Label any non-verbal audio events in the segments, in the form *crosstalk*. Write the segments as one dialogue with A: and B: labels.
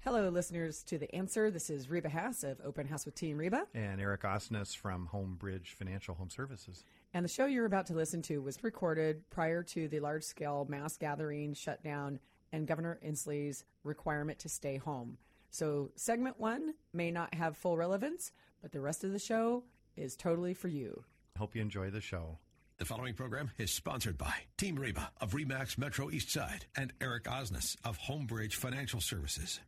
A: Hello, listeners to The Answer. This is Reba Hass of Open House with Team Reba.
B: And Eric Osnes from Homebridge Financial Home Services.
A: And the show you're about to listen to was recorded prior to the large scale mass gathering shutdown and Governor Inslee's requirement to stay home. So, segment one may not have full relevance, but the rest of the show is totally for you.
B: Hope you enjoy the show.
C: The following program is sponsored by Team Reba of REMAX Metro East Side and Eric Osnes of Homebridge Financial Services.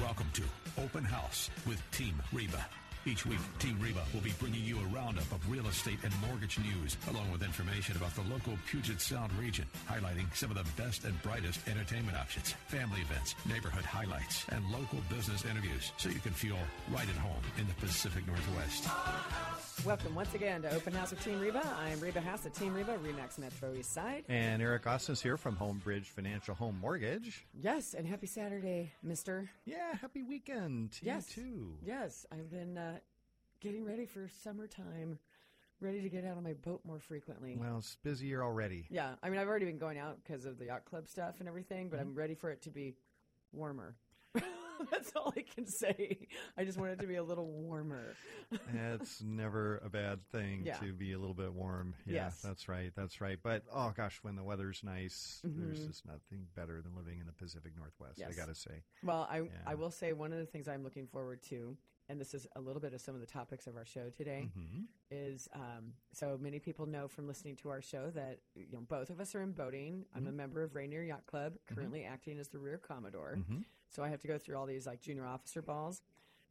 C: Welcome to Open House with Team Reba. Each week, Team Reba will be bringing you a roundup of real estate and mortgage news, along with information about the local Puget Sound region, highlighting some of the best and brightest entertainment options, family events, neighborhood highlights, and local business interviews, so you can feel right at home in the Pacific Northwest.
A: Welcome once again to Open House with Team Reba. I am Reba Hass of Team Reba, Remax Metro East Side.
B: And Eric Osnes here from Homebridge Financial Home Mortgage.
A: Yes, and happy Saturday, mister.
B: Yeah, happy weekend to
A: Yes.
B: you too.
A: Yes, I've been uh, getting ready for summertime, ready to get out on my boat more frequently.
B: Well, it's busier already.
A: *laughs* yeah, I mean, I've already been going out because of the yacht club stuff and everything, but I'm ready for it to be warmer. *laughs* That's all I can say. I just want it to be a little warmer.
B: That's never a bad thing
A: Yeah.
B: to be a little bit warm. Yeah,
A: Yes.
B: that's right. That's right. But oh gosh, when the weather's nice, there's
A: Mhm.
B: just nothing better than living in the Pacific Northwest. I
A: Yes.
B: gotta say.
A: Well, I
B: Yeah.
A: I will say one of the things I'm looking forward to, and this is a little bit of some of the topics of our show today,
B: hmm
A: is um, so many people know from listening to our show that you know both of us are in boating. I'm a member of Rainier Yacht Club, currently acting as the rear commodore.
B: Mhm.
A: So I have to go through all these like junior officer balls,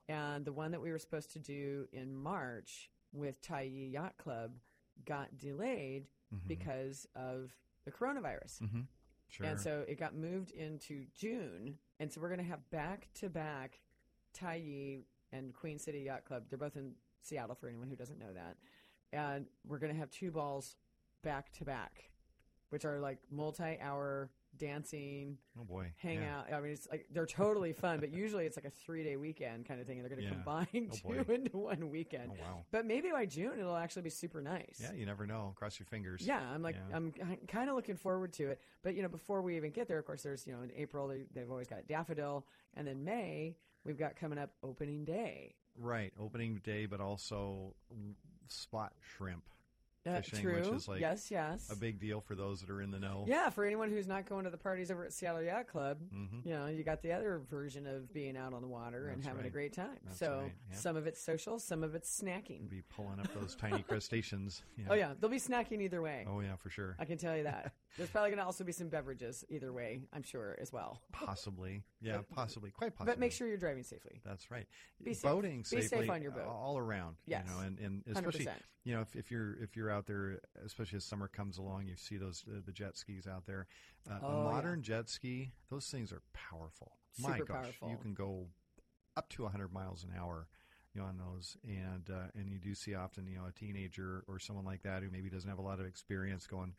A: and the one that we were supposed to do in March with Tai Yi Yacht Club got delayed
B: Mhm.
A: because of the coronavirus.
B: Sure.
A: And so it got moved into June. And so we're going to have back to back Tai Yi and Queen City Yacht Club. They're both in Seattle for anyone who doesn't know that. And we're going to have two balls back to back, which are like multi hour dancing,
B: oh boy,
A: hang
B: Yeah.
A: out. I mean, it's like they're totally fun, but usually it's like a three day weekend kind of thing. And they're going
B: Yeah.
A: to combine
B: Oh,
A: *laughs* two
B: boy.
A: into one weekend.
B: Oh wow.
A: But maybe by June, it'll actually be super nice.
B: Yeah, you never know. Cross your fingers.
A: Yeah, I'm like
B: Yeah.
A: I'm, kind of looking forward to it. But you know, before we even get there, of course, there's you know in April they, they've always got daffodil, and then May we've got coming up opening day.
B: Right. Opening day, but also w- spot shrimp.
A: Uh,
B: Fishing,
A: true.
B: which is, like,
A: yes, yes.
B: A big deal for those that are in the know.
A: yeah, for anyone who's not going to the parties over at Seattle Yacht Club,
B: hmm
A: you know, you got the other version of being out on the water and
B: That's
A: having a
B: right.
A: great time.
B: That's
A: so
B: right, yeah.
A: some of it's social, some of it's snacking.
B: Be pulling up those
A: *laughs*
B: tiny crustaceans.
A: Oh yeah, they'll be snacking either way.
B: Oh yeah, for sure.
A: I can tell you
B: *laughs*
A: that. There's probably going to also be some beverages either way, I'm sure as well.
B: Possibly. Yeah,
A: But-
B: possibly. Quite possibly.
A: But make sure you're driving safely.
B: That's right.
A: Be safe.
B: Boating
A: Be safe
B: safely
A: on your boat.
B: all around.
A: Yes.
B: You know, and, and
A: Hundred
B: especially
A: percent.
B: you know if, if you're if you're out there, especially as summer comes along, you see those uh, the jet skis out there. Uh,
A: Oh,
B: a
A: yeah.
B: modern jet ski, those things are powerful. My
A: Super
B: gosh, you
A: powerful.
B: can go up to 100 miles an hour. You know, on those, and uh, and you do see often, you know, a teenager or someone like that who maybe doesn't have a lot of experience going,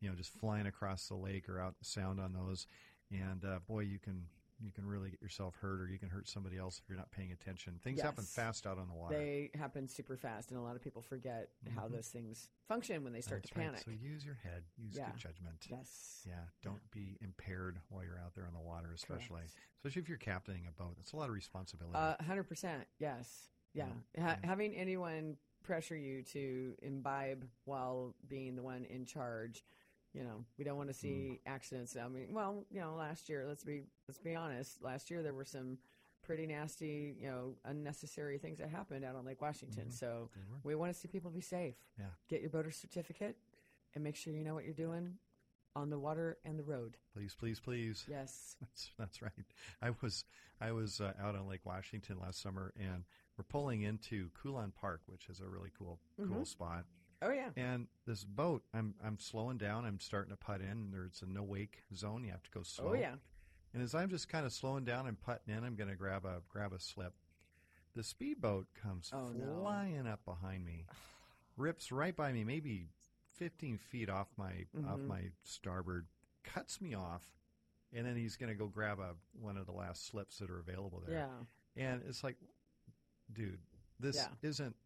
B: you know, just flying across the lake or out the sound on those, and uh, boy, you can you can really get yourself hurt or you can hurt somebody else if you're not paying attention. Things happen
A: Yes.
B: fast out on the water.
A: They happen super fast, and a lot of people forget how
B: Mhm.
A: those things function when they start
B: That's
A: to
B: right.
A: panic.
B: So use your head, use
A: Yeah.
B: good judgment.
A: Yes.
B: Yeah, don't be impaired while you're out there on the water, especially
A: correct.
B: especially if you're captaining a boat. It's a lot of responsibility.
A: Uh, 100%. Yes. Yeah. Ha-
B: yeah.
A: Having anyone pressure you to imbibe while being the one in charge. You know, we don't want to see
B: Mm.
A: accidents. I mean, well, you know, last year, let's be let's be honest. Last year there were some pretty nasty, you know, unnecessary things that happened out on Lake Washington.
B: Mhm.
A: So,
B: Good work.
A: We want to see people be safe.
B: Yeah.
A: Get your boater certificate and make sure you know what you're doing on the water and the road.
B: Please, please, please.
A: Yes.
B: *laughs* That's, that's right. I was I was uh, out on Lake Washington last summer, and we're pulling into Kulan Park, which is a really cool cool spot.
A: Oh yeah.
B: And this boat, I'm I'm slowing down. I'm starting to putt in. and There's a no wake zone. You have to go slow.
A: Oh yeah.
B: And as I'm just kind of slowing down and putting in, I'm going to grab a grab a slip. The speedboat comes
A: Oh, no.
B: flying up behind me, rips right by me, maybe 15 feet off my off
A: Mhm.
B: my starboard, cuts me off, and then he's going to go grab a one of the last slips that are available there.
A: Yeah.
B: And it's like, dude, this
A: Yeah.
B: isn't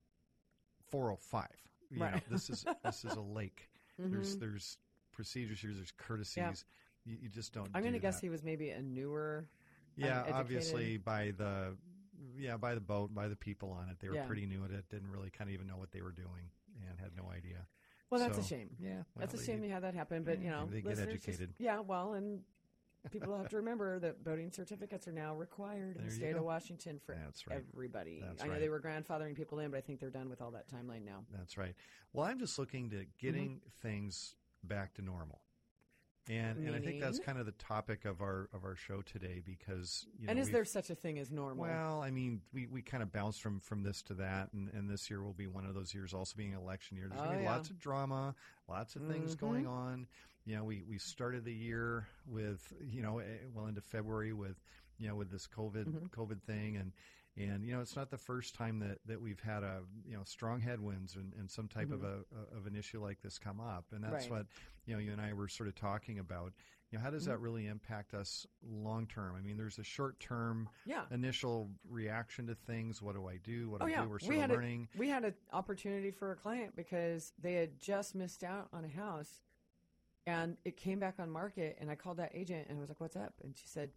B: 405. You
A: Right. *laughs*
B: know, this is this is a lake.
A: Mhm.
B: There's there's procedures here. There's courtesies. you, you just don't.
A: I'm going to
B: do
A: guess
B: that.
A: he was maybe a newer.
B: Yeah,
A: uneducated.
B: obviously by the yeah by the boat by the people on it, they were
A: Yeah.
B: pretty new at it. Didn't really kind of even know what they were doing and had no idea.
A: Well, that's a
B: So,
A: shame.
B: Yeah,
A: that's
B: well,
A: a
B: they
A: shame
B: did-
A: you had that happen, but you
B: Yeah,
A: know,
B: they get
A: listeners just-
B: educated.
A: yeah, well, and people have to remember that voting certificates are now required in
B: There
A: the
B: you
A: state
B: go.
A: of Washington for
B: That's right.
A: everybody.
B: That's
A: I know
B: right.
A: they were grandfathering people in, but I think they're done with all that timeline now.
B: That's right. Well, I'm just looking to getting
A: Mm-hmm.
B: things back to normal. And, and I think that's
A: Meaning?
B: kind of the topic of our of our show today because you know,
A: and is
B: we've-
A: there such a thing as normal?
B: well I mean we, we kind of bounce from from this to that and, and this year will be one of those years also being an election year there's
A: Oh,
B: gonna be
A: yeah.
B: lots of drama lots of things
A: Mhm.
B: going on you know we we started the year with you know eh, well into February with you know with this COVID
A: Mhm.
B: COVID thing and and you know it's not the first time that that we've had a you know strong headwinds and, and some type of a of an issue like this come up and that's
A: Mm-hmm. Right. Mm-hmm.
B: what you know you and I were sort of talking about you know how does that really impact us long term I mean there's a short term
A: yeah.
B: initial reaction to things what do I do what do
A: Oh,
B: I
A: yeah.
B: do we're
A: We
B: sort of
A: had a-
B: learning
A: We had an opportunity for a client because they had just missed out on a house and it came back on market. And I called that agent and I was like, What's up? And she said,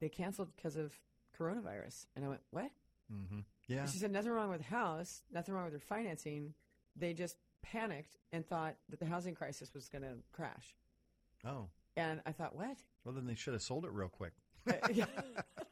A: They canceled because of coronavirus. And I went, What?
B: hmm yeah
A: And She said, Nothing wrong with the house, nothing wrong with their financing. They just panicked and thought that the housing crisis was going to crash.
B: oh
A: And I thought,
B: *laughs*
A: What? Uh,
B: well then they should have sold it real quick
A: yeah. Ah.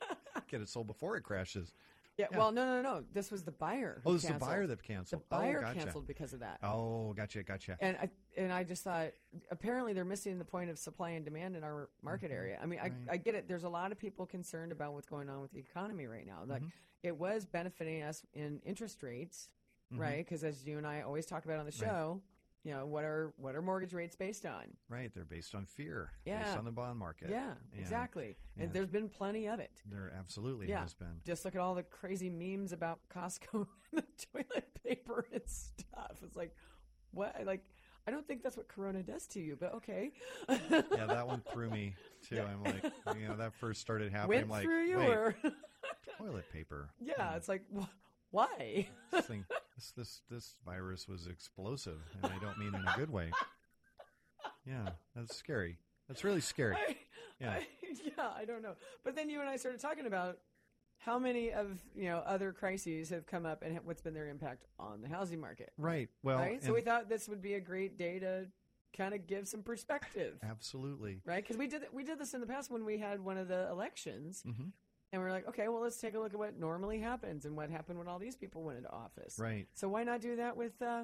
B: get it sold before it crashes Yeah.
A: Well, no, no, no. This was the buyer. who
B: oh it's the
A: canceled.
B: buyer that
A: The
B: canceled
A: buyer
B: oh gotcha
A: canceled because of that.
B: oh gotcha gotcha
A: and I and I just thought apparently they're missing the point of supply and demand in our market area. I mean, I,
B: Mm-hmm. Right.
A: I get it. There's a lot of people concerned about what's going on with the economy right now.
B: Mm-hmm.
A: Like it was benefiting us in interest rates, right? 'Cause
B: Mhm.
A: right? Because as you and I always talk about on the
B: Right.
A: show, you know what are what are mortgage rates based on?
B: right they're based on fear
A: Yeah.
B: based on the bond market
A: Yeah, exactly.
B: yeah.
A: And there's been plenty of it.
B: there absolutely
A: Yeah.
B: has been
A: Just look at all the crazy memes about Costco *laughs* and the toilet paper and stuff. It's like what like. I don't think that's what Corona does to you, but okay.
B: yeah
A: *laughs*
B: that one threw me too I'm like you know that first started happening
A: went
B: I'm like
A: through you
B: wait
A: *laughs* or
B: toilet paper
A: yeah it's like wh- why *laughs*
B: this thing this this this virus was explosive and i don't mean in a good way yeah that's scary that's really scary
A: I,
B: Yeah.
A: I, *laughs* yeah i don't know but then you and i started talking about how many of you know other crises have come up and ha- what's been their impact on the housing market
B: right well
A: right so
B: and-
A: we thought this would be a great day to kind of give some perspective
B: absolutely
A: right because we did th- we did this in the past when we had one of the elections
B: Mhm.
A: and we are like okay well let's take a look at what normally happens and what happened when all these people went into office
B: right
A: so why not do that with uh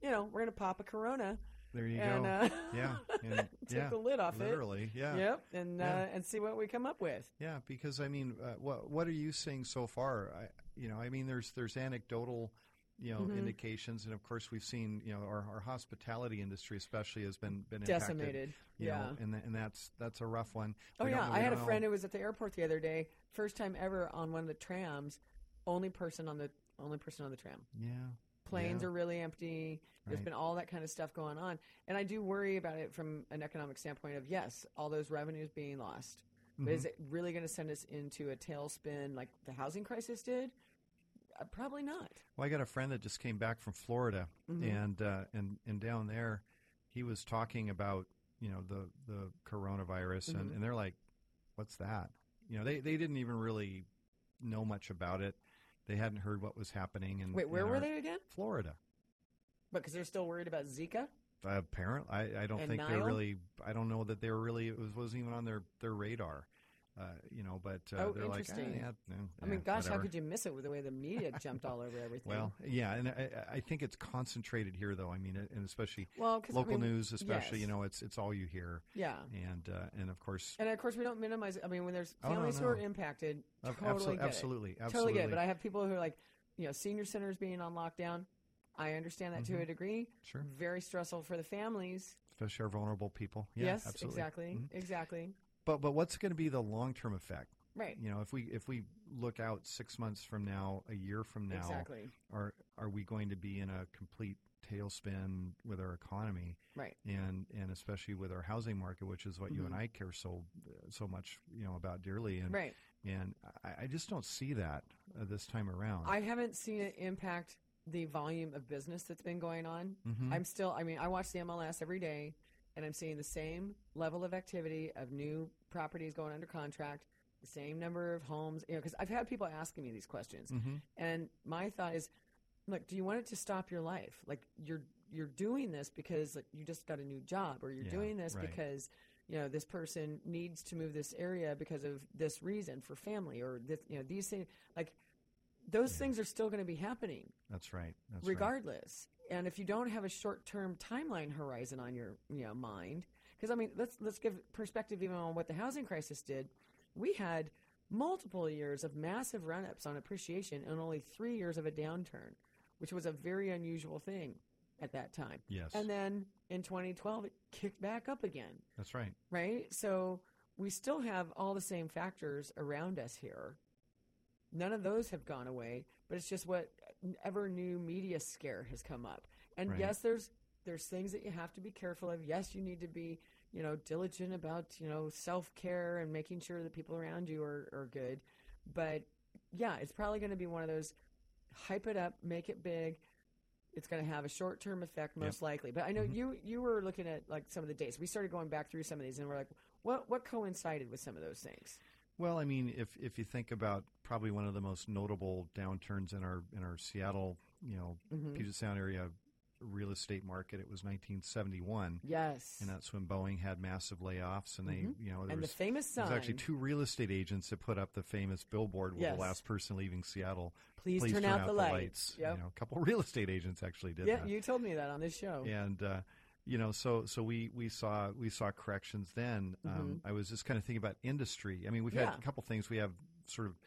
A: you know we're gonna pop a corona
B: there you
A: and
B: go
A: uh, *laughs*
B: yeah and,
A: take
B: yeah
A: the lid off
B: literally
A: it.
B: yeah
A: Yep, and
B: Yeah.
A: uh, and see what we come up with.
B: Yeah, because I mean, uh, what what are you seeing so far? I, you know, I mean, there's there's anecdotal, you know,
A: Mhm.
B: indications, and of course we've seen, you know, our, our hospitality industry especially has been been impacted,
A: Decimated.
B: you
A: Yeah.
B: know, and th- and that's that's a rough one.
A: Oh
B: We don't
A: yeah,
B: know-
A: I
B: we
A: had a
B: don't know-
A: friend who was at the airport the other day. First time ever on one of the trams. Only person on the only person on the tram.
B: Yeah,
A: Planes
B: Yeah.
A: are really empty. There's
B: Right.
A: been all that kind of stuff going on, and I do worry about it from an economic standpoint. Of yes, all those revenues being lost. But
B: Mm-hmm.
A: is it really going to send us into a tailspin like the housing crisis did? Uh, probably not.
B: Well, I got a friend that just came back from Florida,
A: Mm-hmm.
B: and uh, and and down there, he was talking about you know the the coronavirus, and,
A: Mm-hmm.
B: and they're like, "What's that?" You know, they they didn't even really know much about it. They hadn't heard what was happening. And
A: Wait, where
B: and
A: were
B: our-
A: they again?
B: Florida.
A: Because they're still worried about Zika.
B: Apparently, I, I don't
A: And
B: think they're
A: Nile?
B: really. I don't know that they were really. It was, wasn't even on their their radar. Uh, you know, but uh,
A: Oh,
B: they're like, "Ah,
A: interesting.
B: yeah, no,
A: I mean,
B: eh,
A: gosh, how
B: whatever."
A: could you miss it with the way the media jumped all over everything?
B: Well, yeah, and I, I think it's concentrated here, though. I mean, it- and especially
A: Well, 'cause, I
B: local
A: mean,
B: news, especially
A: yes.
B: you know, it's it's all you hear,
A: yeah.
B: and uh, and of course,
A: And of course, we don't minimize. I mean, when there's
B: Oh, no,
A: families who are
B: no.
A: impacted,
B: Ab-
A: totally,
B: absolutely,
A: get it.
B: absolutely,
A: totally
B: absolutely,
A: get it. But I have people who are like, you know, senior centers being on lockdown. I understand that
B: Mm-hmm.
A: to a degree.
B: Sure.
A: Very stressful for the families.
B: especially our vulnerable people. Yeah,
A: yes,
B: absolutely.
A: exactly,
B: Mhm.
A: exactly.
B: But but what's going to be the long term effect?
A: Right.
B: You know, if we if we look out six months from now, a year from now,
A: Exactly.
B: are are we going to be in a complete tailspin with our economy?
A: Right.
B: and and especially with our housing market, which is what you and I care so so much you know about dearly, and
A: Mm-hmm. Right.
B: and I, I just don't see that uh, this time around.
A: I haven't seen it impact the volume of business that's been going on.
B: Mhm.
A: I'm still. I mean, I watch the MLS every day, and I'm seeing the same level of activity of new properties going under contract, the same number of homes. You know, because I've had people asking me these questions,
B: Mm-hmm.
A: and my thought is, look, do you want it to stop your life? Like you're you're doing this because like, you just got a new job, or you're
B: Yeah,
A: doing this
B: right.
A: because you know this person needs to move this area because of this reason for family, or this, you know these things. Like those
B: Yeah.
A: things are still going to be happening
B: That's right. That's right.
A: regardless. And if you don't have a short-term timeline horizon on your you know, mind, because I mean, let's let's give perspective even on what the housing crisis did. We had multiple years of massive run-ups on appreciation and only three years of a downturn, which was a very unusual thing at that time.
B: Yes.
A: And then in 2012, it kicked back up again
B: That's right.
A: right? So we still have all the same factors around us here. None of those have gone away, but it's just what ever new media scare has come up. And
B: Right.
A: yes, there's there's things that you have to be careful of. Yes, you need to be you know diligent about you know self care and making sure the people around you are are good. But yeah, it's probably going to be one of those hype it up, make it big. It's going to have a short term effect, most likely. But I know
B: Mhm.
A: you you were looking at like some of the dates. We started going back through some of these, and we're like, what what coincided with some of those things?
B: Well, I mean, if if you think about probably one of the most notable downturns in our in our Seattle, you know,
A: Mhm.
B: Puget Sound area real estate market, it was 1971,
A: Yes,
B: and that's when Boeing had massive layoffs, and they,
A: Mhm.
B: you know, there
A: and the
B: was,
A: famous
B: there
A: sign.
B: was actually two real estate agents that put up the famous billboard with
A: Yes.
B: the last person leaving Seattle.
A: please, turn, out, the, lights.
B: You know, a couple *laughs* real estate agents actually did
A: yeah,
B: that
A: you told me that on this show.
B: and uh, you know, so so we we saw we saw corrections then. Um, I was just kind of thinking about industry. I mean, we've
A: Mm-hmm. Yeah.
B: had a couple things. We have sort of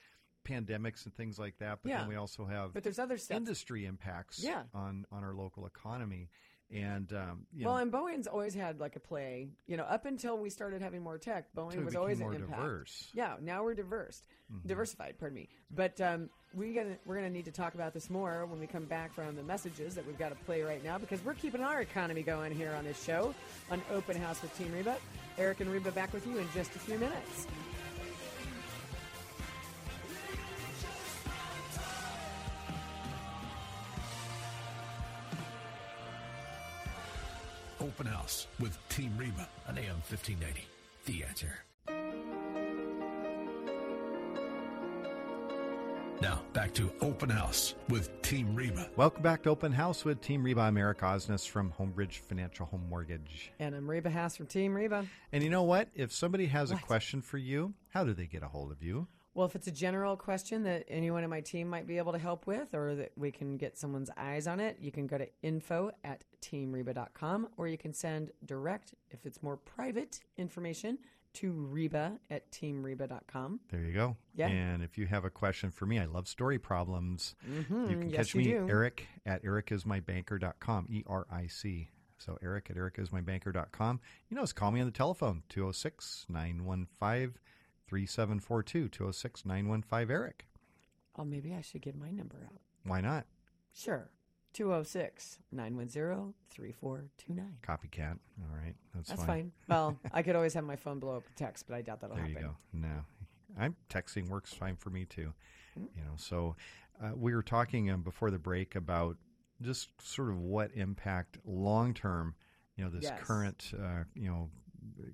B: pandemics and things like that, but
A: Yeah.
B: then we also have
A: But there's other stuff.
B: industry impacts
A: Yeah.
B: on on our local economy. And um, you
A: well,
B: know,
A: and Boeing's always had like a play. You know, up until we started having more tech, Boeing
B: we
A: was
B: became
A: always
B: more
A: an impact.
B: diverse.
A: Yeah, now we're diverse, diversified. Pardon me. But um, we're gonna we're gonna need to talk about this more when we come back from the messages that we've got to play right now because we're keeping our economy going here on this show on Open House with Team Reba. Eric and Reba back with you in just a few minutes.
C: Open House with Team Reba on AM 1590. The answer. Now, back to Open House with Team Reba.
B: Welcome back to Open House with Team Reba. I'm Eric Osnes from Homebridge Financial Home Mortgage.
A: And I'm Reba Haas from Team Reba.
B: And you know what? If somebody has
A: What?
B: a question for you, how do they get a hold of you?
A: Well, if it's a general question that anyone in my team might be able to help with or that we can get someone's eyes on it, you can go to info at teamreba.com or you can send direct, if it's more private information, to reba at teamreba.com.
B: There you go.
A: Yeah.
B: And if you have a question for me, I love story problems. You can
A: Mm-hmm. yes,
B: catch
A: you
B: me,
A: do.
B: Eric, at ericismybanker.com, E R I C. So, Eric at ericismybanker.com. You know, just call me on the telephone, 206 915 3742, 206 915 Eric.
A: Oh, maybe I should give my number out.
B: Why not?
A: Sure. 206 910 3429.
B: Copycat. All right. That's,
A: That's fine.
B: *laughs*
A: Well, I could always have my phone blow up with text, but I doubt that'll
B: There
A: happen.
B: you go. No, I'm texting works fine for me too.
A: Hmm.
B: You know, so uh, we were talking um, before the break about just sort of what impact long term, you know, this
A: Yes.
B: current, uh, you know,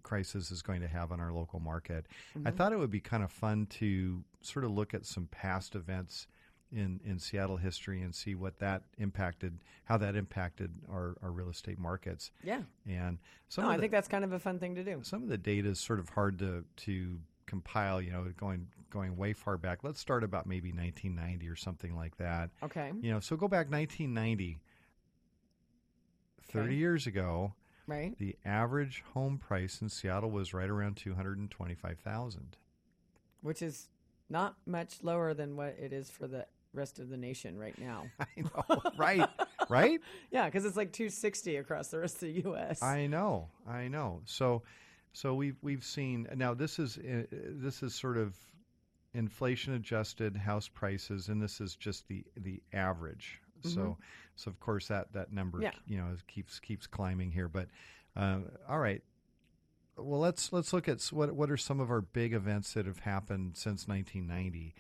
B: crisis is going to have on our local market. I
A: Mm-hmm.
B: thought it would be kind of fun to sort of look at some past events. In, in Seattle history and see what that impacted, how that impacted our, our real estate markets,
A: Yeah.
B: and some
A: No,
B: of
A: I
B: the-
A: think that's kind of a fun thing to do.
B: some of the data is sort of hard to to compile. You know, going going way far back. Let's start about maybe 1990 or something like that.
A: Okay.
B: You know, so go back 1990. 30
A: Okay.
B: years ago,
A: Right?
B: the average home price in Seattle was right around 225,000.
A: which is not much lower than what it is for the rest of the nation right now.
B: *laughs* I know, right? Right?
A: yeah, because it's like 260 across the rest of the U.S.
B: I know, I know. So, so we've we've seen now. This is uh, this is sort of inflation adjusted house prices, and this is just the the average. So, so of course that that number
A: Yeah.
B: you know keeps keeps climbing here. But uh, all right, well let's let's look at s- what what are some of our big events that have happened since 1990.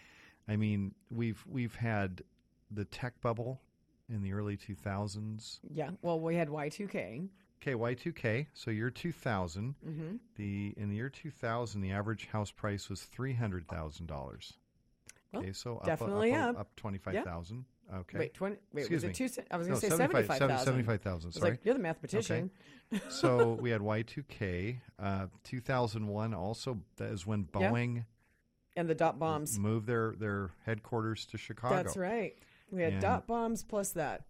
B: I mean, we've we've had the tech bubble in the early 2000s.
A: yeah, well, we had Y2K,
B: Okay, Y2K. So year 2000.
A: Mm-hmm.
B: The in the year 2000, the average house price was three hundred thousand dollars.
A: Well,
B: okay, so up,
A: definitely
B: up,
A: up.
B: twenty five thousand. Okay,
A: Wait, twenty. Wait, was
B: Excuse me.
A: it two? cent- I was
B: no,
A: going to say seventy-five thousand.
B: seventy five thousand.
A: It's
B: Sorry.
A: like you're the mathematician. *laughs*
B: so we had Y2K. Uh, 2001 also that is when
A: Yeah.
B: Boeing
A: And the dot bombs.
B: moved their their headquarters to Chicago.
A: That's right. We had
B: And-
A: dot bombs plus that.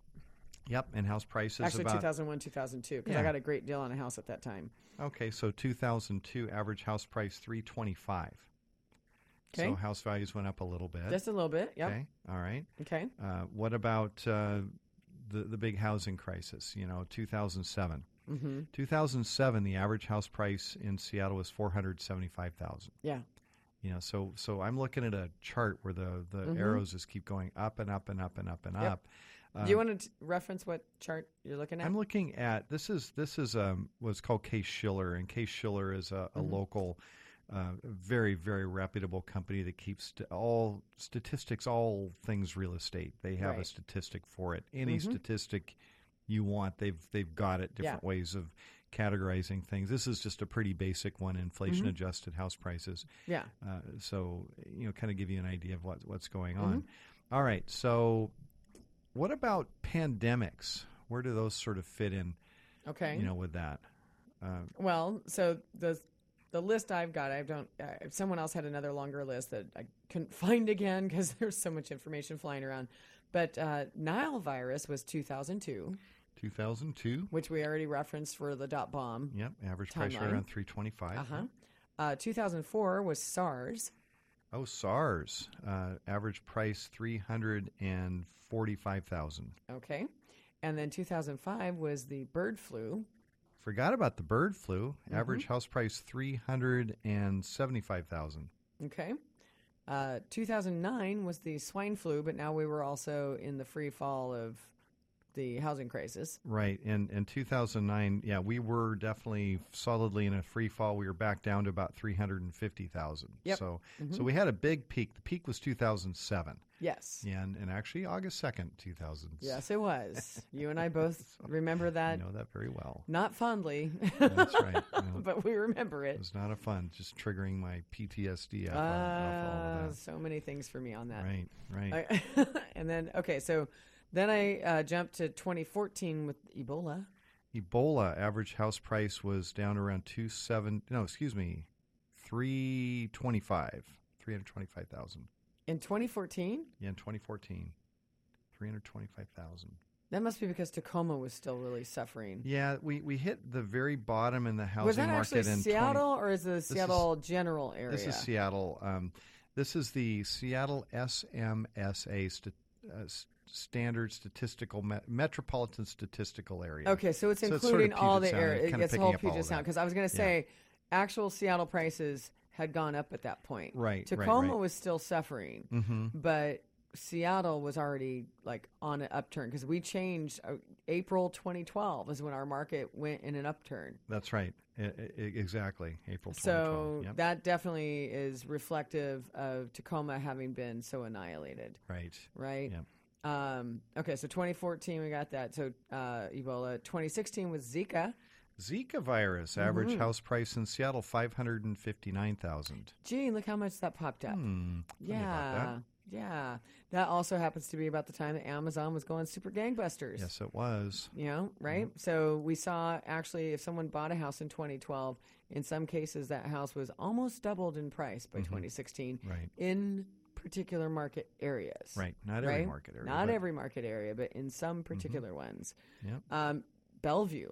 B: Yep, and house prices
A: Actually,
B: about
A: 2001, 2002, because
B: Yeah.
A: I got a great deal on a house at that time.
B: Okay, so 2002 average house price 325. So
A: Okay.
B: house values went up a little bit.
A: Just a little bit. Yep.
B: Okay. All right.
A: Okay.
B: Uh, what about uh, the the big housing crisis, you know, 2007?
A: hmm
B: 2007 the average house price in Seattle was 475,000.
A: Yeah.
B: You know, so so I'm looking at a chart where the the
A: Mhm.
B: arrows just keep going up and up and up and up and
A: Yep.
B: up. Uh,
A: Do you want to reference what chart you're looking at?
B: Um, I'm looking at this is this is um what's called Case Schiller, and Case Schiller is a, a
A: Mm-hmm.
B: local, uh, very very reputable company that keeps st- all statistics, all things real estate. They have a
A: Right. Mm-hmm.
B: statistic for it. Any statistic you want, they've they've got it.
A: Yeah.
B: Different ways of categorizing things. This is just a pretty basic one:
A: Mm-hmm.
B: inflation adjusted house prices.
A: yeah.
B: Uh, so you know, kind of give you an idea of what what's going on.
A: Mm-hmm.
B: All right, so what about pandemics? Where do those sort of fit in?
A: Okay.
B: You know, with that. Uh,
A: Well, so the the list I've got, I don't. Uh, someone else had another longer list that I couldn't *laughs* find again because there's so much information flying around. But uh, Nile virus was 2002,
B: 2002.
A: which we already referenced for the dot bomb.
B: Yep, average price right
A: Timeline.
B: around 325.
A: Uh-huh. Uh 2004 was SARS.
B: Oh, SARS. Uh, average price 345,000.
A: Okay, and then 2005 was the bird flu.
B: Forgot about the bird flu.
A: Mm-hmm.
B: Average house price 375,000.
A: Okay. Uh, 2009 was the swine flu, but now we were also in the free fall of the housing crisis.
B: Right. And in 2009, yeah, we were definitely solidly in a free fall. We were back down to about 350,000.
A: Yep. Mm-hmm.
B: So so we had a big peak. The peak was 2007.
A: Yes.
B: Yeah, and, and actually August 2nd, 2000.
A: Yes, it was. You and I
B: *laughs*
A: both remember
B: I
A: that,
B: know that very well.
A: not fondly, *laughs*
B: That's right. You know,
A: but we remember
B: it
A: it.
B: was not a fun, just triggering my PTSD off, all- off all
A: Uh,
B: of
A: so many things for me on
B: that.
A: that.
B: Right, right.
A: I- *laughs* and then, okay, so then I uh, jumped to 2014 with Ebola.
B: Ebola average house price was down around two seven. No, excuse me, three twenty five, three hundred twenty five thousand.
A: In 2014,
B: Yeah, in twenty fourteen, three hundred twenty five thousand.
A: that must be because Tacoma was still really suffering.
B: Yeah, we we hit the very bottom in the housing
A: was that
B: market
A: actually
B: in 20
A: Seattle or is it the
B: is-
A: Seattle general area?
B: This is Seattle. Um, this is the Seattle SMSA st- uh, s- Standard Statistical Me- Metropolitan Statistical Area.
A: Okay, so it's
B: So it's sort of
A: including all
B: Puget
A: the
B: Sound, it's
A: area.
B: kinda
A: It's
B: picking
A: whole
B: up all
A: Puget
B: of
A: Sound.
B: that.
A: Because I was going to say, actual Seattle prices had gone up at that point.
B: Right, right,
A: Tacoma
B: right.
A: was still suffering,
B: Mm-hmm.
A: but Seattle was already like on an upturn because we changed. Uh, April 2012 is when our market went in an upturn.
B: That's right. E- e- exactly. April. 2012.
A: So
B: Yep.
A: that definitely is reflective of Tacoma having been so annihilated,
B: right.
A: right?
B: Yep.
A: Um, okay, so 2014 we got that. So uh, Ebola. 2016 was Zika.
B: Zika virus average
A: Mm-hmm.
B: house price in Seattle five hundred and fifty nine thousand.
A: Gee, look how much that popped up.
B: Hmm. Funny about
A: Yeah.
B: that.
A: Yeah. That also happens to be about the time that Amazon was going super gangbusters.
B: Yes, Mm-hmm. it was.
A: You know, right? So we saw actually if someone bought a house in 2012, in some cases that house was almost doubled in price by 2016
B: Mm-hmm. Right.
A: in particular market areas.
B: Right. Not every
A: right?
B: market area.
A: Not
B: but- Mm-hmm.
A: every market area, but in some particular ones.
B: Yep.
A: Um, Bellevue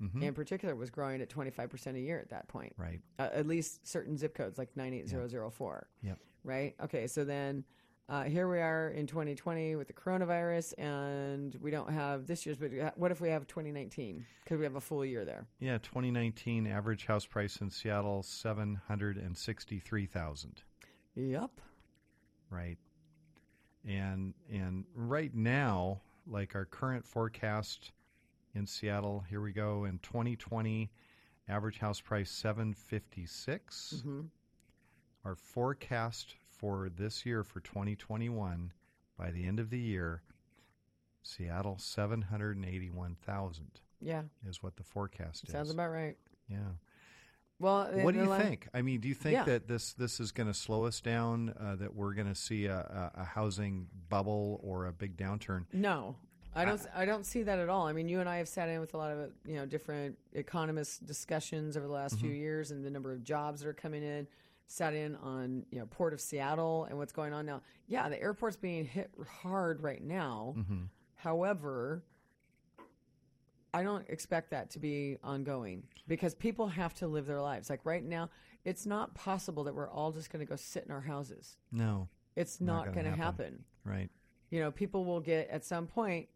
B: Mhm.
A: in particular was growing at 25% a year at that point
B: Right.
A: uh, at least certain zip codes like 98004.
B: Yep.
A: Right? Okay, so then uh, here we are in 2020 with the coronavirus, and we don't have this year's, but what if we have 2019? Could we have a full year there?
B: Yeah. Twenty nineteen average house price in Seattle seven hundred and sixty three thousand.
A: Yep.
B: right? And and right now, like our current forecast in Seattle, here we go in 2020, average house price 756.
A: hmm
B: Our forecast for this year for 2021 by the end of the year, Seattle 781,000.
A: Yeah,
B: is what the forecast
A: sounds
B: is.
A: about right.
B: yeah.
A: Well,
B: What
A: in
B: do
A: the
B: you
A: la-
B: think? I mean, do you think
A: Yeah.
B: that this this is going to slow us down? Uh, that we're going to see a, a, a housing bubble or a big downturn?
A: No, I
B: Uh,
A: don't. I, don't see that at all. I mean, you and I have sat in with a lot of you know different economist discussions over the last
B: Mm-hmm.
A: few years, and the number of jobs that are coming in. Sat in on you know Port of Seattle and what's going on now. Yeah, the airport's being hit hard right now.
B: Mm. Mm-hmm.
A: However, I don't expect that to be ongoing because people have to live their lives. Like right now, it's not possible that we're all just going to go sit in our houses.
B: No,
A: It's
B: Not
A: not,
B: gonna
A: going to
B: happen.
A: happen
B: right?
A: you know, people will get at some point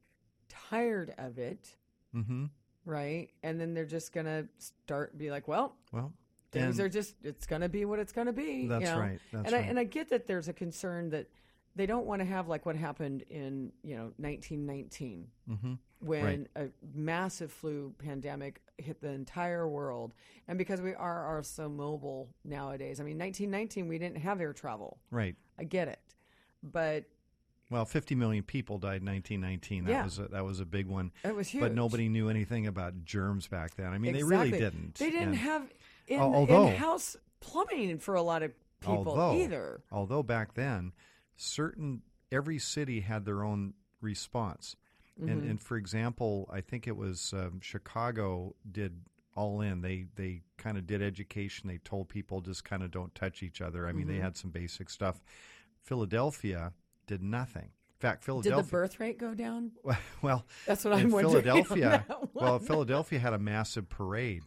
A: tired of it,
B: Mm-hmm.
A: right? And then they're just gonna start be like, well,
B: Well,
A: things
B: and-
A: are just it's gonna be what it's gonna be. you
B: That's
A: know?
B: right, that's
A: and I
B: right.
A: and I get that there's a concern that they don't want to have like what happened in you know 1919 when
B: Mm-hmm. Right.
A: a massive flu pandemic hit the entire world, and because we are are so mobile nowadays. I mean, 1919 we didn't have air travel.
B: right.
A: I get it, but
B: Well, 50 million people died in 1919. That
A: Yeah.
B: was a, that was a big one.
A: It was
B: But
A: huge.
B: nobody knew anything about germs back then. I mean, they really
A: Exactly.
B: didn't.
A: They didn't
B: And
A: have in,
B: Al- although-
A: in-house plumbing for a lot of people
B: although,
A: either.
B: Although back then, certain every city had their own response. And,
A: Mm-hmm.
B: and for example, I think it was um, Chicago did all in. They they kind of did education. They told people just kind of don't touch each other. I mean,
A: Mm-hmm.
B: they had some basic stuff. Philadelphia did nothing. In fact,
A: Did
B: Philadelphia
A: the birth rate go down?
B: *laughs* well,
A: That's what
B: in
A: I'm wondering *laughs* on
B: Philadelphia,
A: that
B: well,
A: one.
B: Philadelphia had a massive parade,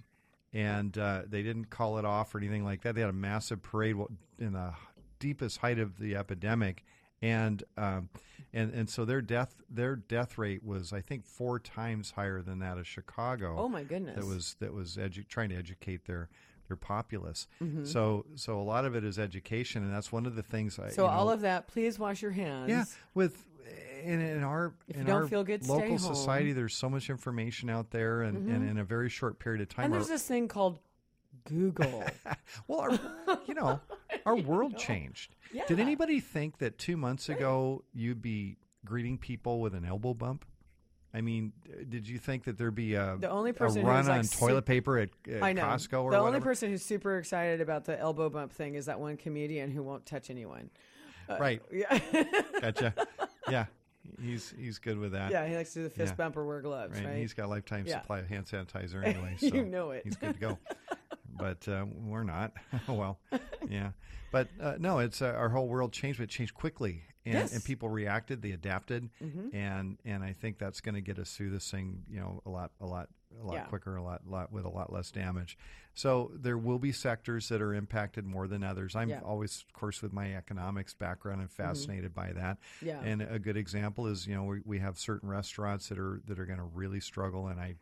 B: and uh, they didn't call it off or anything like that. They had a massive parade wa- in the deepest height of the epidemic, and um, and and so their death their death rate was I think four times higher than that of Chicago
A: Oh my goodness.
B: that was that was edu- trying to educate their their populace.
A: Mm-hmm.
B: So so a lot of it is education, and that's one of the things. I,
A: so
B: uh, you know,
A: all of that, please wash your hands.
B: yeah, with in, in our
A: If
B: in
A: you don't
B: our
A: feel good, stay
B: local
A: home. Mm-hmm.
B: society, there's so much information out there, and, and in a very short period of time,
A: And
B: our-
A: there's this thing called
B: *laughs*
A: Google.
B: well,
A: *laughs*
B: our, you know, our world changed. Did
A: Yeah.
B: anybody think that two months ago you'd be greeting people with an elbow bump? I mean, d- did you think that there'd be a
A: The only person
B: a
A: who
B: run
A: was, like,
B: on
A: su-
B: toilet paper at, at
A: I know.
B: Costco or
A: the only
B: whatever?
A: person who's super excited about the elbow bump thing is that one comedian who won't touch anyone. *laughs*
B: right? *laughs*
A: Yeah.
B: Gotcha. yeah, he's he's good with that.
A: yeah, he likes to do the fist
B: Yeah.
A: bump or wear gloves,
B: Right.
A: right?
B: and He's got a lifetime
A: Yeah.
B: supply of
A: *laughs*
B: hand sanitizer anyway. So
A: You know it.
B: He's good
A: *laughs*
B: to go. but uh, we're not. *laughs* oh, well, yeah. But uh, no, it's uh, our whole world changed, but it changed quickly. And,
A: Yes. Mm-hmm.
B: and people reacted, they adapted, and and I think that's going to get us through this thing, you know, a lot, a lot, a lot
A: Yeah.
B: quicker, a lot, lot with a lot less damage. So there will be sectors that are impacted more than others. I'm
A: Yeah. Mm-hmm.
B: always, of course, with my economics background, I'm fascinated by that.
A: Yeah.
B: And a good example is, you know, we, we have certain restaurants that are that are going to really struggle, and I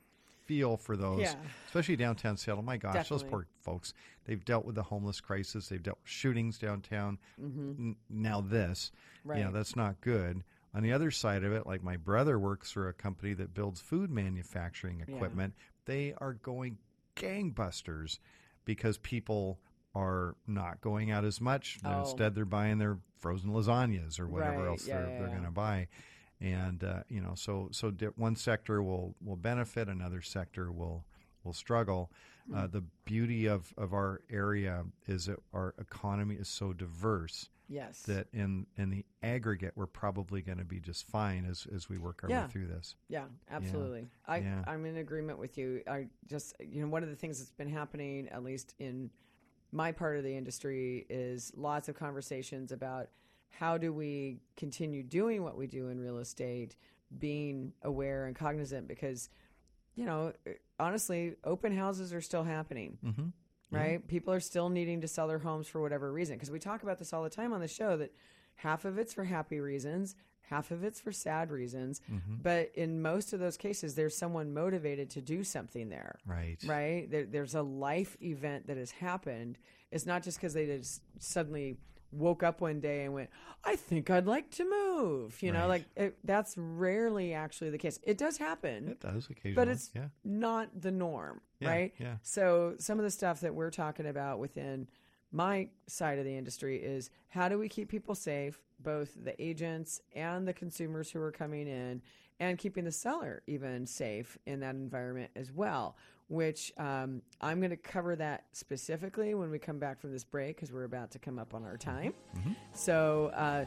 B: feel for those,
A: Yeah.
B: especially downtown Seattle. My gosh, those
A: Definitely.
B: poor folks. They've dealt with the homeless crisis. They've dealt with shootings downtown. N- now this, you know,
A: Mm-hmm. Right.
B: that's not good. On the other side of it, like my brother works for a company that builds food manufacturing equipment. They are going gangbusters because people are not going out as much. and
A: Oh.
B: Instead, they're buying their frozen lasagnas or whatever
A: Right.
B: else
A: Yeah,
B: they're,
A: yeah,
B: they're
A: yeah.
B: going to buy. And uh, you know, so so di- one sector will will benefit, another sector will will struggle.
A: Hmm.
B: Uh, the beauty of of our area is that our economy is so diverse
A: yes.
B: that in in the aggregate, we're probably going to be just fine as as we work our
A: Yeah.
B: way through this.
A: Yeah, absolutely. I
B: Yeah.
A: I'm in agreement with you. I just you know one of the things that's been happening at least in my part of the industry is lots of conversations about how do we continue doing what we do in real estate, being aware and cognizant because you know, honestly, open houses are still happening. Mm-hmm. Right? People are still needing to sell their homes for whatever reason. Because we talk about this all the time on the show that half of it's for happy reasons, half of it's for sad reasons.
B: Mm-hmm.
A: But in most of those cases, there's someone motivated to do something there.
B: Right.
A: Right? There, there's a life event that has happened. It's not just because they just suddenly woke up one day and went, I think I'd like to move. You know,
B: Right.
A: like it, that's rarely actually the case. It does happen
B: It does occasionally.
A: but it's
B: yeah.
A: not the norm,
B: Yeah,
A: right?
B: yeah.
A: So some of the stuff that we're talking about within my side of the industry is how do we keep people safe, both the agents and the consumers who are coming in, and keeping the seller even safe in that environment as well. Which um, I'm going to cover that specifically when we come back from this break because we're about to come up on our time. So, uh,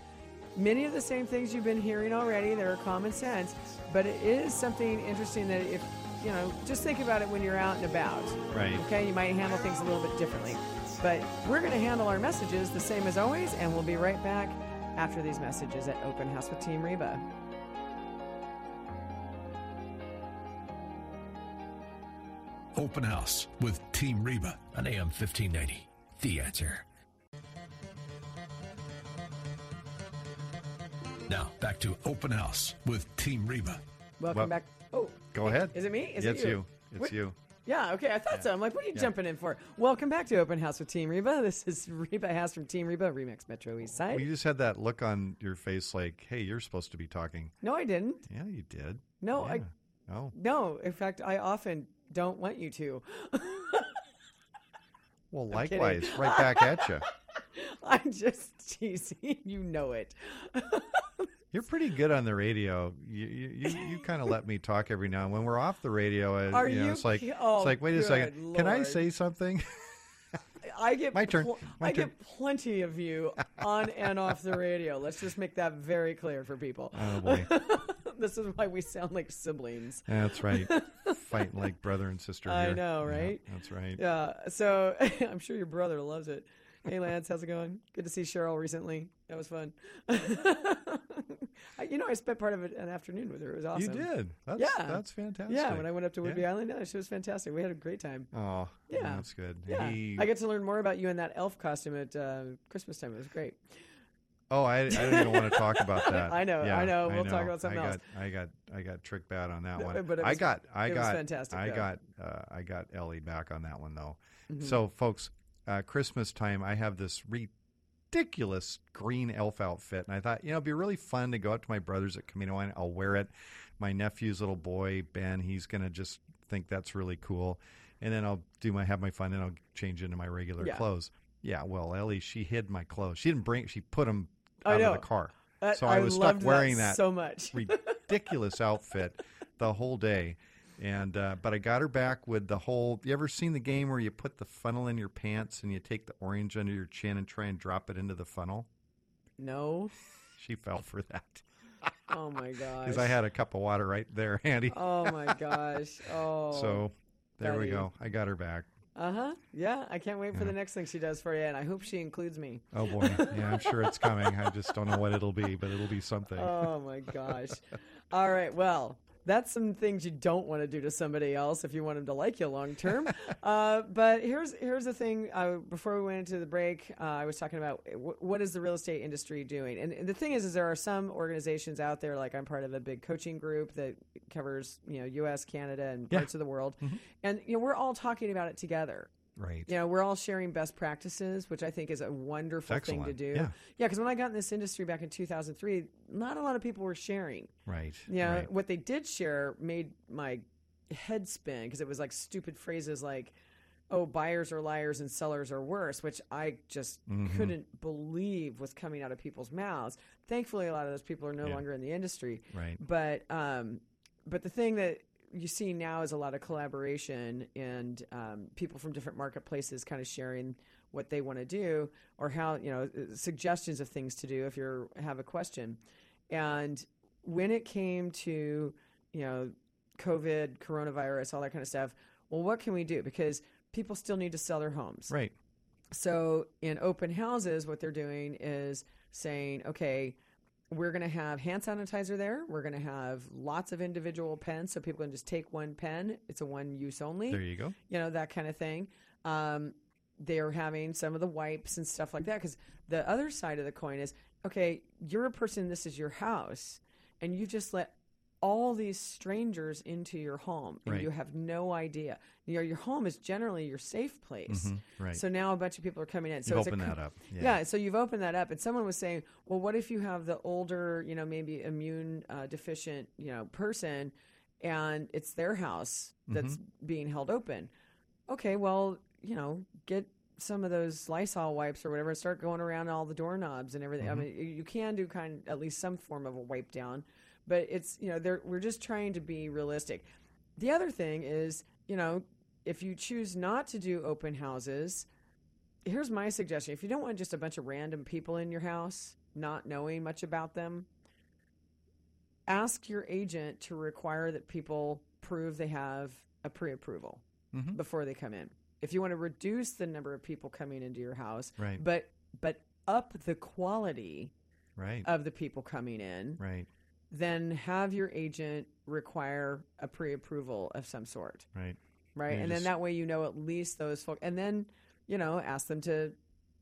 A: many of the same things you've been hearing already that are common sense, but it is something interesting that if you know, just think about it when you're out and about.
B: Right.
A: Okay, you might handle things a little bit differently. But we're going to handle our messages the same as always, and we'll be right back after these messages at Open House with Team Reba.
C: Open House with Team Reba on AM 1590. The answer. Now, back to Open House with Team Reba.
A: Welcome
B: Well-
A: back. Oh,
B: Go ahead.
A: is it me? Is
B: Yeah,
A: it
B: it's
A: you?
B: you. It's
A: Wait-
B: you.
A: Yeah, okay, I thought so. I'm like, what are you jumping in for? Welcome back to Open House with Team Reba. This is Reba House from Team Reba, Remix Metro East Side.
B: Well, you just had that look on your face like, hey, you're supposed to be talking.
A: no, I didn't.
B: Yeah, you did.
A: No, I
B: Yeah. Oh.
A: no. In fact, I often don't want you to. *laughs*
B: Well,
A: kidding.
B: likewise, right back at you.
A: I'm just teasing. You know it.
B: You're pretty good on the radio. You you, you, you kind of let me talk every now and when we're off the radio. uh,
A: Are
B: you know,
A: you
B: it's like
A: ki- oh,
B: it's like wait a second,
A: good
B: can I
A: Lord.
B: say something? *laughs*
A: I get
B: My turn. My
A: I
B: turn.
A: get plenty of you on and off the radio. Let's just make that very clear for people.
B: oh boy,
A: *laughs* this is why we sound like siblings. *laughs*
B: that's right. Fighting like brother and sister.
A: I
B: here.
A: know,
B: Yeah,
A: right?
B: that's right.
A: Yeah. So *laughs* I'm sure your brother loves it. Hey, Lance, how's it going? Good to see Cheryl recently. That was fun. *laughs* I- you know, I spent part of an afternoon with her. It was
B: You
A: awesome.
B: did. That's,
A: Yeah.
B: that's fantastic.
A: Yeah, when I went up to Woodby
B: Yeah.
A: Island, yeah, she was fantastic. We had a great time.
B: Oh,
A: Yeah.
B: that's good.
A: Yeah,
B: He-
A: I get to learn more about you in that elf costume at uh, Christmas time. It was great.
B: Oh, I, I don't even want to talk about that.
A: *laughs* I know, I know. We'll talk about something
B: I
A: else.
B: Got, I got, I got tricked bad on that
A: No,
B: one.
A: but it
B: I
A: was-
B: got, I
A: it was
B: got,
A: fantastic,
B: I
A: though.
B: got, uh, I got Ellie back on that one though.
A: Mm-hmm.
B: So, folks, uh, Christmas time, I have this ridiculous green elf outfit, and I thought, you know, it'd be really fun to go out to my brothers at Camino and I'll wear it. My nephew's little boy Ben, he's gonna just think that's really cool, and then I'll do my have my fun, and I'll change into my regular
A: Yeah.
B: clothes. Yeah, well, Ellie, she hid my clothes. She didn't bring. She put them
A: I
B: out
A: know.
B: of the car.
A: That-
B: so I, was
A: Uh, loved
B: stuck wearing that,
A: so much.
B: ridiculous outfit the whole day. And uh, but I got her back with the whole. You ever seen the game where you put the funnel in your pants and you take the orange under your chin and try and drop it into the funnel?
A: No.
B: She fell for that
A: Oh my gosh.
B: because I had a cup of water right there handy.
A: Oh my gosh. Oh.
B: *laughs* so there
A: buddy.
B: we go. I got her back.
A: Uh huh. Yeah, I can't wait for the next thing she does for you, and I hope she includes me.
B: Oh boy, yeah, I'm sure it's coming. I just don't know what it'll be, but it'll be something.
A: Oh my gosh. All right. Well, that's some things you don't want to do to somebody else if you want them to like you long
B: *laughs*
A: term. uh, but here's here's the thing. Uh, before we went into the break, uh, I was talking about w- what is the real estate industry doing, and, and the thing is, is there are some organizations out there. Like I'm part of a big coaching group that covers you know U.S., Canada, and parts of the world,
B: Mm-hmm.
A: and you know we're all talking about it together.
B: right.
A: You know, we're all sharing best practices, which I think is a wonderful
B: It's
A: thing to
B: excellent.
A: do.
B: Yeah.
A: because when I got in this industry back in 2003, not a lot of people were sharing.
B: Right.
A: You know,
B: Right.
A: what they did share made my head spin because it was like stupid phrases like, oh, buyers are liars and sellers are worse, which I just couldn't believe was coming out of people's mouths. Thankfully, a lot of those people are no longer in the industry.
B: Right.
A: But, um, but the thing that you see now is a lot of collaboration and um, people from different marketplaces kind of sharing what they want to do or how you know uh, suggestions of things to do if you have a question and when it came to you know covid coronavirus all that kind of stuff well what can we do because people still need to sell their homes
B: Right.
A: so in open houses, what they're doing is saying, okay, we're going to have hand sanitizer there. We're going to have lots of individual pens, so people can just take one pen. It's a one use only.
B: There you go.
A: You know that kind of thing. Um, they're having some of the wipes and stuff like that because the other side of the coin is okay, you're a person. This is your house, and you just let all these strangers into your home, and
B: Right.
A: you have no idea. You know, your home is generally your safe place.
B: Mm-hmm. Right.
A: So now a bunch of people are coming in. So it's
B: You've
A: a
B: opened
A: co-
B: that up. Yeah.
A: Yeah. So you've opened that up, and someone was saying, "Well, what if you have the older, you know, maybe immune uh, deficient, you know, person, and it's their house that's being held open? Okay, well, you know, get some of those Lysol wipes or whatever, and start going around all the doorknobs and everything. I mean, you can do kind at least some form of a wipe down, But it's you know they're, we're just trying to be realistic. The other thing is you know if you choose not to do open houses, here's my suggestion: if you don't want just a bunch of random people in your house, not knowing much about them, ask your agent to require that people prove they have a pre-approval
B: Mm-hmm.
A: before they come in. If you want to reduce the number of people coming into your house,
B: Right.
A: but but up the quality
B: Right.
A: of the people coming in,
B: right.
A: then have your agent require a pre-approval of some sort,
B: Right.
A: right?
B: Yeah,
A: and
B: just-
A: then that way you know at least those folks, and then you know ask them to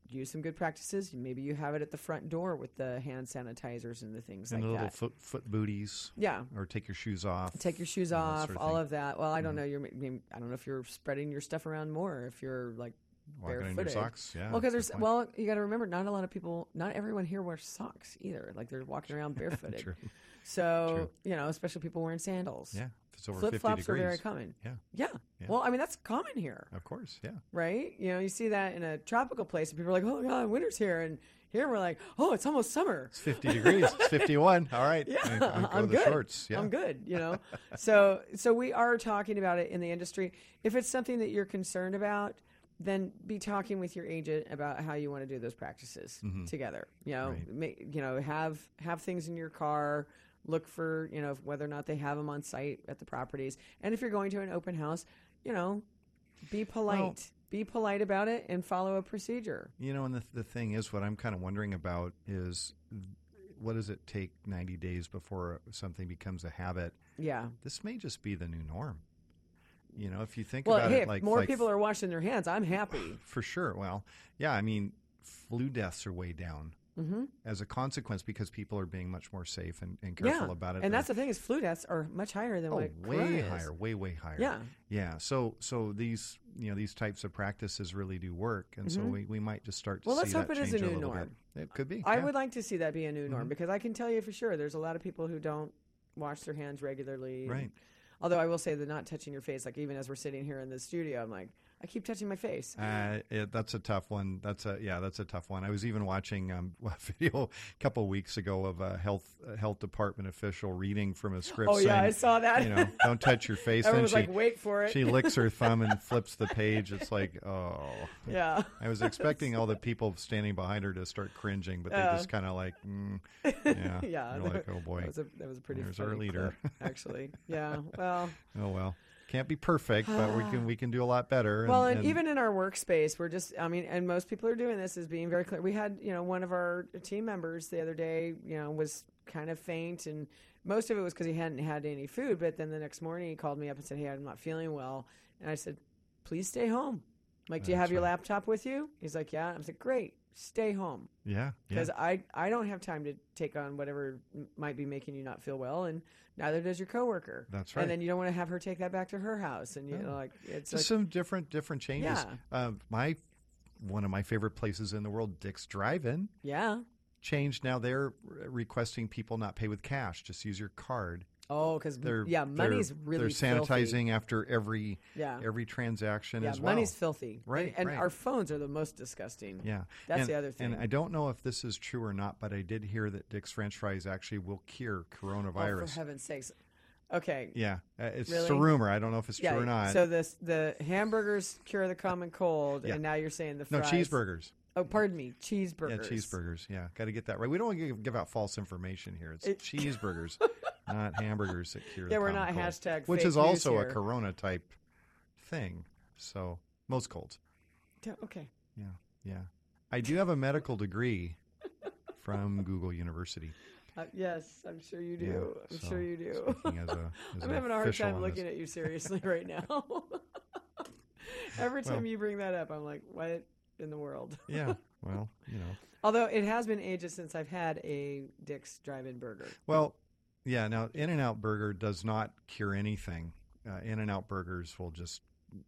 A: use some good practices. Maybe you have it at the front door with the hand sanitizers and the things
B: and the
A: like
B: little
A: that.
B: foot foot booties.
A: yeah,
B: Or take your shoes off.
A: take your shoes
B: and that
A: off,
B: sort of
A: all
B: thing. Mm-hmm.
A: of that. Well, I don't know. You're, I, mean, I don't know if you're spreading your stuff around more. If you're like
B: Walking in your
A: barefooted.
B: socks. Yeah.
A: well, because
B: Ah, good
A: there's
B: point.
A: well, you got to remember, not a lot of people, not everyone here wears socks either. Like they're walking around barefooted.
B: *laughs* True.
A: So you know, especially people wearing sandals.
B: Yeah. If it's over
A: Flip
B: 50
A: flops are
B: degrees.
A: very common.
B: Yeah.
A: Yeah.
B: Yeah.
A: Well, I mean that's common here,
B: Of course. Yeah.
A: right? You know, you see that in a tropical place, and people are like, "Oh my God, winter's here," and here we're like, "Oh, it's almost summer."
B: It's 50 degrees.
A: *laughs*
B: It's 51. All right.
A: Yeah,
B: I- I'll go
A: I'm
B: with the
A: good.
B: shorts. Yeah.
A: I'm good, you
B: *laughs*
A: know. so so we are talking about it in the industry. If it's something that you're concerned about, then be talking with your agent about how you want to do those practices together. You know,
B: Mm-hmm. Right.
A: ma- you know, have have things in your car. Look for you know whether or not they have them on site at the properties, and if you're going to an open house, you know, be polite. be polite about it and follow a procedure.
B: You know, and the, the thing is, what I'm kind of wondering about is what does it take 90 days before something becomes a habit?
A: Yeah.
B: This may just be the new norm. You know, if you think
A: Well,
B: about
A: hey,
B: it,
A: if
B: like
A: more
B: like-
A: people are washing their hands, I'm happy.
B: for sure. Well, yeah, I mean, flu deaths are way down
A: hmm
B: as a consequence because people are being much more safe and, and careful about it.
A: And
B: They're-
A: that's the thing is flu deaths are much higher than
B: oh,
A: what
B: way
A: corona is.
B: higher, way way higher.
A: Yeah,
B: yeah. So so these you know these types of practices really do work, and so we, we might just start to
A: Mm-hmm. Well,
B: see
A: let's
B: that
A: hope it is a
B: change
A: new
B: little
A: norm.
B: Bit. It could be.
A: I
B: yeah. Mm-hmm.
A: would like to see that be a new norm because I can tell you for sure there's a lot of people who don't wash their hands regularly. and-
B: Right.
A: Although I will say the not touching your face, like even as we're sitting here in the studio, I'm like, I keep touching my face.
B: Uh, it, that's a tough one. That's a yeah, that's a tough one. I was even watching um, *laughs* a video a couple weeks ago of a health a health department official reading from a script.
A: Oh,
B: saying,
A: yeah, I saw that.
B: You know, don't touch your face.
A: *laughs* Everyone
B: Then
A: was
B: she
A: like, wait for it.
B: she licks her thumb and flips the page. It's like oh. *laughs*
A: yeah. *laughs*
B: I was expecting all the people standing behind her to start cringing, but they
A: Yeah.
B: just kind of like, mm, yeah,
A: *laughs* Yeah, that-
B: You're like, oh boy,
A: That was a, that was a pretty
B: There's our
A: funny
B: leader.
A: clip, actually. Yeah.
B: *laughs*
A: Well,
B: oh well, can't be perfect, but we
A: *sighs*
B: can we can do a lot better.
A: Well, and, even in our workspace, we're just, I mean, and most people are doing this is being very clear. We had, you know, one of our team members the other day, you know, was kind of faint and most of it was because he hadn't had any food. But then the next morning he called me up and said, Hey, I'm not feeling well. And I said, Please stay home. I'm like, do you have
B: That's
A: your
B: right.
A: laptop with you? He's like, Yeah. I said, Great, stay home
B: yeah, yeah,
A: because I, I don't have time to take on whatever m- might be making you not feel well, and neither does your coworker.
B: That's right.
A: And then you don't want to have her take that back to her house, and you know, like it's like,
B: just some different different changes.
A: Yeah.
B: Uh, my one of my favorite places in the world, Dick's Drive-In,
A: yeah.
B: changed. Now they're re- requesting people not pay with cash; just use your card.
A: Oh, because
B: They're
A: yeah,
B: they're-
A: money's really
B: they're sanitizing
A: Filthy.
B: after every
A: Yeah.
B: every transaction
A: Yeah,
B: as well.
A: money's filthy.
B: Right,
A: and, and
B: right.
A: our phones are the most disgusting. Oh,
B: Yeah,
A: that's
B: And-
A: the other thing.
B: And I don't know if this is true or not, but I did hear that Dick's French fries actually will cure
A: oh, for
B: coronavirus.
A: heaven's sakes. Okay,
B: yeah, uh, it's just a
A: Really?
B: rumor. I don't know if it's
A: yeah.
B: true or not.
A: So this the hamburgers cure the common cold,
B: Yeah.
A: and now you're saying the
B: no
A: fries.
B: cheeseburgers.
A: Oh, pardon me, cheeseburgers.
B: Yeah, cheeseburgers. Yeah, got to get that right. We don't want to give, give out false information here. It's
A: It- *laughs*
B: cheeseburgers, not hamburgers that cure.
A: Yeah,
B: the
A: we're
B: common
A: not
B: cold,
A: hashtag
B: Which
A: fake
B: is also
A: news
B: a
A: here.
B: corona type thing. So most colds.
A: Yeah, Okay,
B: Yeah, yeah. I do have a medical degree from
A: *laughs*
B: Google University.
A: uh, yes, I'm sure you do.
B: Yeah,
A: I'm
B: so
A: sure you do. *laughs*
B: speaking as a- as
A: I'm
B: an
A: having a hard
B: official
A: time
B: on this.
A: looking at you seriously right now. *laughs* Every time
B: Well-
A: you bring that up, I'm like, what in the world?
B: Yeah. Well, you know.
A: Although it has been ages since I've had a Dick's Drive-In Burger.
B: Well, yeah. Now, In and Out Burger does not cure anything. Uh, In and Out Burgers will just,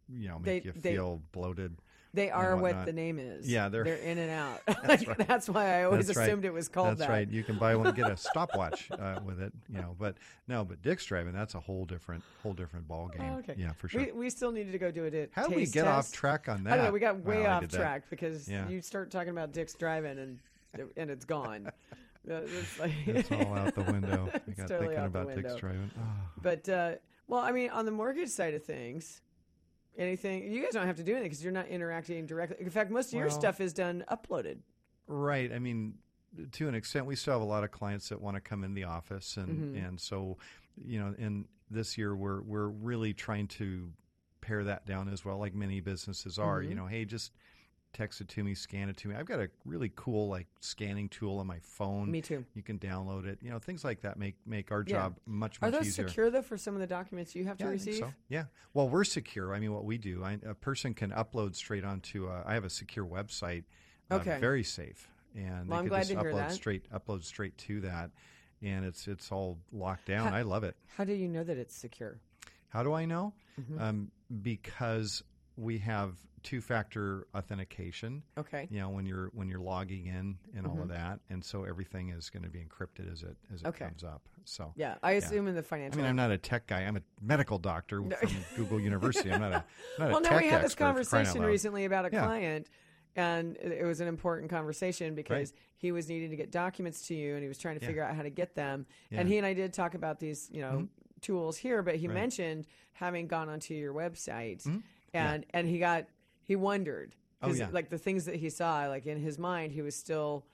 B: you know, make
A: They-
B: you
A: they-
B: feel bloated.
A: They are what
B: whatnot.
A: the name is.
B: Yeah, they're-
A: in and
B: *laughs*
A: out. *laughs* That's,
B: right.
A: why I always
B: That's right.
A: assumed it was called
B: that's
A: that.
B: right. You can buy one, get a stopwatch uh, with it. You know, but no, but Dick's driving. That's a whole different, whole different ball game.
A: Oh, okay.
B: Yeah, for sure.
A: We, we still needed to go do it.
B: How did we get off track on that?
A: I don't know. We got
B: Wow,
A: way
B: I
A: off
B: did that.
A: track because
B: Yeah. *laughs*
A: you start talking about Dick's Drive-In and and it's gone. That- that's like-
B: It's all out
A: *laughs*
B: the window. I
A: It's
B: got
A: totally
B: thinking
A: out the
B: about Dick's
A: window.
B: driving. Ah.
A: But uh, well, I mean, on the mortgage side of things, anything you guys don't have to do anything because you're not interacting directly. In fact, most of your
B: Well-
A: stuff is done uploaded.
B: Right. I mean, to an extent, we still have a lot of clients that want to come in the office, and
A: Mm-hmm.
B: and so you know, and this year we're we're really trying to pare that down as well, like many businesses are.
A: Mm-hmm.
B: You know, hey, just text it to me, scan it to me. I've got a really cool like scanning tool on my phone.
A: Me too.
B: You can download it. You know, things like that make make our
A: Yeah.
B: job much
A: Are
B: much
A: those
B: easier.
A: secure though for some of the documents you have to
B: Yeah, I think
A: receive?
B: so. Yeah. Well, we're secure. I mean, what we do, I, a person can upload straight onto. A, I have a secure website. uh,
A: Okay.
B: very safe, and
A: Well, I'm
B: they
A: glad
B: can just
A: to hear
B: upload
A: that.
B: straight upload straight to that, and it's it's all locked down. I love it.
A: How do you know that it's secure?
B: How do I know?
A: Mm-hmm.
B: Um, because we have two factor authentication.
A: Okay.
B: You know, when you're when you're logging in and all of that, and so everything is going to be encrypted as it as it
A: Mm-hmm. Okay.
B: comes up. So
A: Yeah, I assume in the
B: I
A: financial.
B: mean, I'm not a tech guy. I'm a medical doctor from Google University. I'm
A: *laughs*
B: not a not
A: well,
B: a
A: no,
B: tech
A: we had this
B: expert, for crying out
A: conversation
B: loud.
A: recently about a
B: Yeah.
A: client, and it it was an important conversation because he was needing to get documents to you, and he was trying to figure out how to get them. And
B: Yeah. Mm-hmm.
A: he and I did talk about these, you know, tools here, but he mentioned having gone onto your website, and and he got he wondered,
B: Mm-hmm. Oh,
A: 'cause,
B: yeah.
A: like the things that he saw, like in his mind, he was still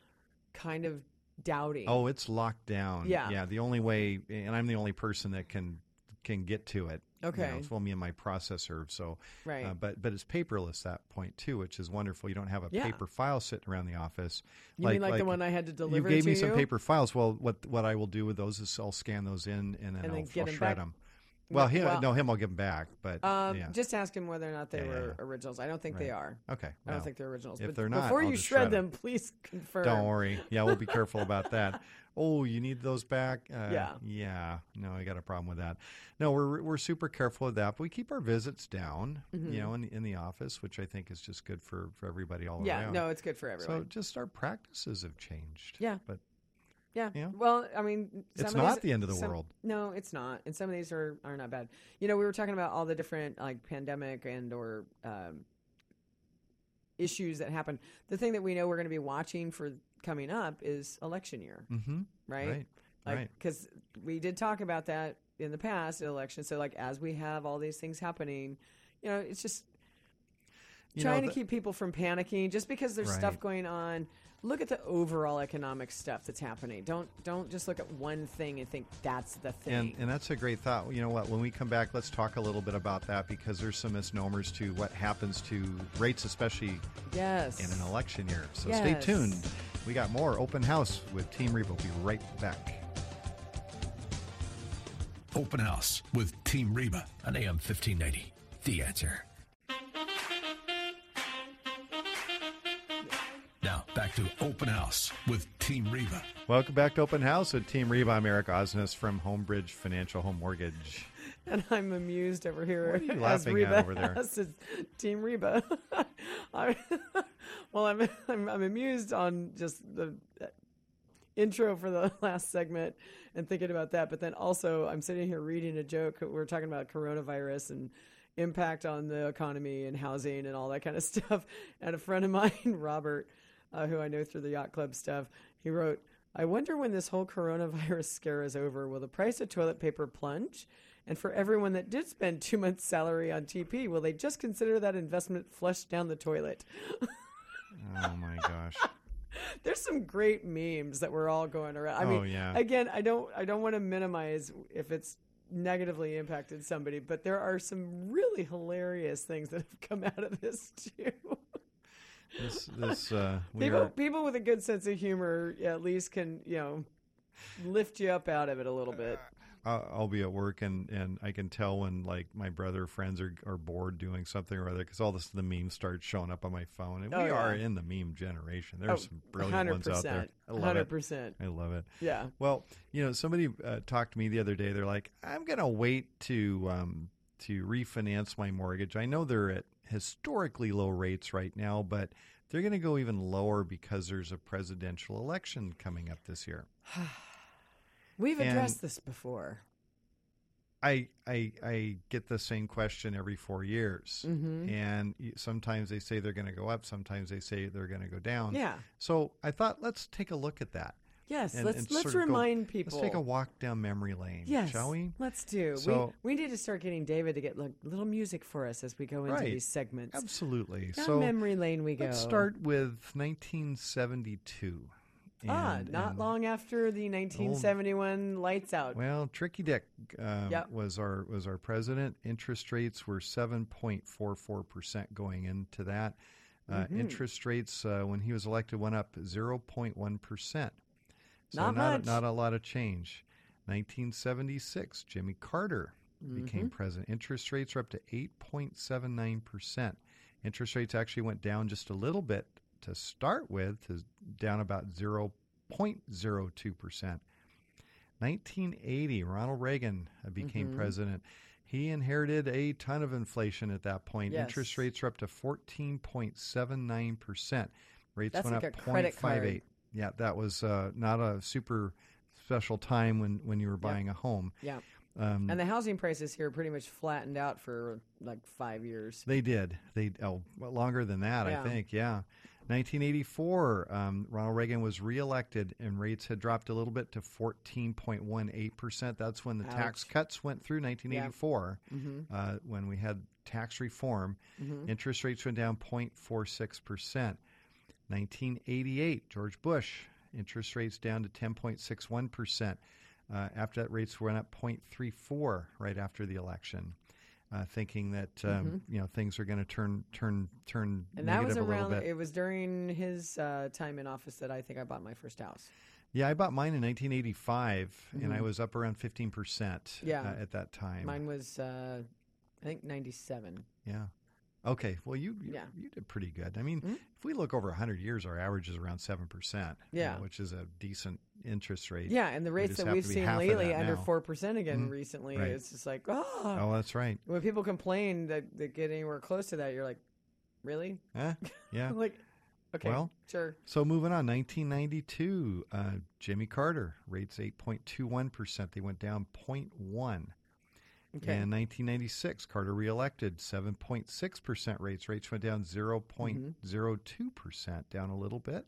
A: kind of doubting.
B: Oh, it's locked down.
A: Yeah.
B: yeah. The only way, and I'm the only person that can can get to it. you know,
A: Okay.
B: it's well me and my processor. So
A: Right.
B: uh, but but it's paperless that point too, which is wonderful. You don't have a
A: Yeah.
B: paper file sitting around the office.
A: You mean like the one I had to deliver
B: You gave me
A: to
B: some
A: you?
B: paper files. Well, what what I will do with those is I'll scan those in and then
A: And then
B: I'll,
A: get
B: I'll
A: 'em
B: shred
A: back?
B: them. Well, him,
A: well-
B: no, him I'll give them back. But
A: Um,
B: yeah,
A: Just ask him whether or not they
B: Yeah, yeah,
A: were originals. I don't think they are.
B: okay.
A: I
B: well.
A: don't think they're originals.
B: if
A: but
B: they're not,
A: before
B: I'll
A: you
B: just
A: shred
B: shred
A: them,
B: 'em.
A: please *laughs* confirm.
B: Don't worry. Yeah, we'll be careful
A: *laughs*
B: about that. Oh, you need those back? Uh,
A: Yeah.
B: Yeah. No, I got a problem with that. No, we're we're super careful with that. But we keep our visits down,
A: Mm-hmm.
B: you know, in the, in the office, which I think is just good for, for everybody all
A: Yeah,
B: around.
A: no, it's good for everyone.
B: So just our practices have changed.
A: Yeah.
B: But
A: yeah.
B: yeah.
A: Well, I mean, some
B: It's
A: of
B: not
A: these-
B: the end of the
A: some-
B: world.
A: No, it's not. And some of these are are not bad. You know, we were talking about all the different like pandemic and or um, issues that happen. The thing that we know we're going to be watching for coming up is election year,
B: hmm
A: right?
B: Right.
A: Like,
B: right.
A: because we did talk about that in the past election. So, like, as we have all these things happening, you know, it's just
B: You know,
A: trying
B: the-
A: to keep people from panicking just because there's stuff
B: Right.
A: going on look at the overall economic stuff that's happening don't don't just look at one thing and think that's the
B: And,
A: thing
B: and that's a great thought. You know what? When we come back, let's talk a little bit about that because there's some misnomers to what happens to rates, especially
A: yes
B: in an election year. So
A: Yes.
B: stay tuned. We got more open house with Team Reba. We'll be right back.
C: Open House with Team Reba on AM 1590. The answer. Now back to Open House with Team Reba.
B: Welcome back to Open House with Team Reba. I'm Eric Osnes from Homebridge Financial Home Mortgage.
A: and i'm amused over here
B: What are you
A: as
B: laughing at
A: reba
B: over there?
A: *laughs* as is team reba *laughs* I- *laughs* well I'm, I'm i'm amused on just the uh, intro for the *laughs* last segment and thinking about that but then also i'm sitting here reading a joke we're talking about coronavirus and impact on the economy and housing and all that kind of *laughs* stuff. And a friend of mine, *laughs* Robert, uh, who I know through the yacht club stuff, he wrote, "I wonder when this whole coronavirus *laughs* scare is over, will the price of toilet paper plunge?" And for everyone that did spend two months' salary on TP, will they just consider that investment flushed down the toilet?
B: Oh my gosh.
A: There's some great memes that we're all going around. I
B: Oh,
A: mean,
B: yeah.
A: again, I don't, I don't want to minimize if it's negatively impacted somebody, but there are some really hilarious things that have come out of this too.
B: This, this, uh,
A: *laughs*
B: we
A: people,
B: are,
A: people with a good sense of humor at least can, you know, lift you up out of it a little bit.
B: I'll I'll be at work and, and I can tell when like my brother or friends are, are bored doing something or other because all this the memes start showing up on my phone and
A: Oh,
B: we
A: yeah. Oh,
B: are in the meme generation. There's some brilliant ones out there. I love
A: Hundred
B: it.
A: percent.
B: I love it.
A: Yeah.
B: Well, you know, somebody uh, talked to me the other day. They're like, "I'm going to wait to um, to refinance my mortgage. I know they're at historically low rates right now, but they're going to go even lower because there's a presidential election coming up this year."
A: We've
B: And-
A: addressed this before.
B: I I, I get the same question every four years,
A: Mm-hmm.
B: and y- sometimes they say they're going to go up, sometimes they say they're going to go down.
A: Yeah.
B: So I thought, let's take a look at that.
A: Yes,
B: and-
A: let's
B: and
A: let's
B: sort of go-
A: remind people.
B: Let's take a walk down memory lane,
A: Yes,
B: shall we?
A: Let's do.
B: So-
A: we, we need to start getting David to get like, little music for us as we go into
B: Right.
A: these segments.
B: Absolutely.
A: Down
B: so
A: memory lane we go.
B: let's start with 1972.
A: Ah,
B: And- um,
A: not
B: and-
A: long after the 1971 lights out.
B: Well, Tricky Dick um,
A: Yep.
B: was our was our president. Interest rates were seven point four four percent going into that. Uh,
A: Mm-hmm.
B: Interest rates uh, when he was elected went up zero point one percent. So
A: Not
B: not
A: much.
B: not a lot of change. 1976, Jimmy Carter
A: Mm-hmm.
B: became president. Interest rates were up to 8.79%. Interest rates actually went down just a little bit to start with, to down about 0.02%. 1980, Ronald Reagan uh, became
A: Mm-hmm.
B: president. He inherited a ton of inflation at that point.
A: Yes.
B: Interest rates were up to 14.79%. Rates
A: That's
B: went
A: like
B: up
A: a credit card.
B: 0.58. Yeah, that was uh, not a super special time when, when you were buying a home.
A: Yeah.
B: Um,
A: And the housing prices here pretty much flattened out for like five years.
B: They did. They oh, well, longer than that,
A: Yeah.
B: I think. Yeah, 1984. Um, Ronald Reagan was reelected, and rates had dropped a little bit to 14.18 percent. That's when the tax
A: Ouch. Mm-hmm.
B: cuts went through 1984, uh, when we had tax reform. Interest rates went down 0.46 percent. 1988, George Bush, interest rates down to 10.61 percent. Uh, after that, rates went up 0.34 right after the election, uh, thinking that um, you know things are going to turn turn turn
A: Mm-hmm. And that
B: negative
A: was
B: a
A: around,
B: little bit.
A: it was during his uh, time in office that I think I bought my first house.
B: yeah, I bought mine in 1985, and I was up around 15 percent
A: Mm-hmm. Yeah.
B: uh, at that time.
A: Mine was, uh, I think, 97.
B: Yeah. Okay. Well, you you,
A: Yeah. Mm-hmm.
B: you did pretty good. I mean, if we look over 100 years, our average is around seven percent.
A: Yeah.
B: which is a decent interest rate.
A: Yeah, and the rates
B: just
A: that
B: have
A: we've
B: to be
A: seen
B: half of
A: lately,
B: that
A: under
B: now. Mm-hmm.
A: 4% again recently,
B: Right.
A: it's just like, oh.
B: Oh, that's right.
A: When people complain that they get anywhere close to that, you're like, really?
B: Huh? Yeah.
A: Like, okay,
B: Well,
A: sure.
B: So moving on, 1992, uh, Jimmy Carter rates 8.21 percent. They went down 0.1.
A: Okay.
B: In 1996, Carter reelected 7.6 percent rates. Rates went down
A: Mm-hmm.
B: 0.02 percent, down a little bit.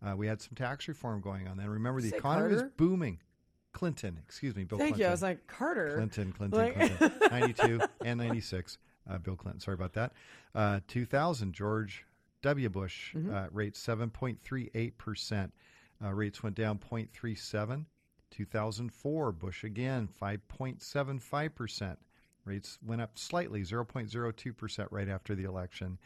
B: Uh, we had some tax reform going on then. Remember, the
A: Say
B: economy was
A: Carter?
B: booming. Clinton, excuse me, Bill
A: Thank
B: Clinton.
A: you. I was like, Carter.
B: Clinton, Clinton,
A: Like- *laughs*
B: Clinton. 92 and 96. Uh, Bill Clinton, sorry about that. Uh, 2000, George W. Bush
A: Mm-hmm.
B: uh, rates 7.38%. Uh, rates went down 0.37. 2004, Bush again, 5.75%. Rates went up slightly, 0.02% right after the election.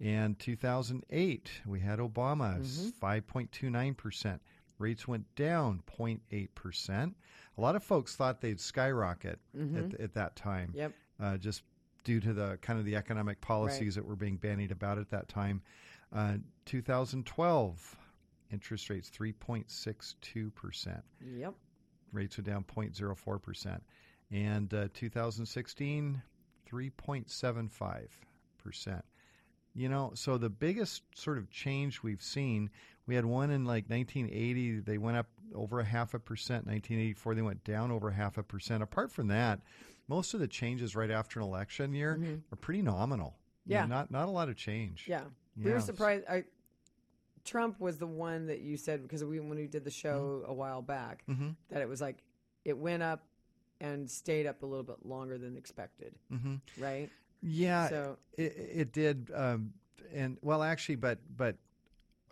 B: And 2008, we had Obama, s- 5.29%. Rates went down 0.8%. A lot of folks thought they'd skyrocket
A: Mm-hmm.
B: at, th- at that time,
A: Yep.
B: uh, just due to the kind of the economic policies that were being bandied about at that time. Uh, 2012, interest rates 3.62%.
A: Yep.
B: Rates went down 0.04%. And uh, 2016, 3.75%. You know, so the biggest sort of change we've seen, we had one in like 1980, they went up over a half a percent. 1984, they went down over half a percent. Apart from that, most of the changes right after an election year are pretty nominal. You know,
A: Yeah.
B: not, not a lot of change.
A: Mm-hmm. Yeah. We
B: Yeah,
A: were
B: s-
A: surprised. I, Trump was the one that you said because we, when we did the show
B: Mm-hmm.
A: a while back, that it was like it went up and stayed up a little bit longer than expected. Mm-hmm. Right?
B: Yeah,
A: So-
B: it, it did, um, and well, actually, but but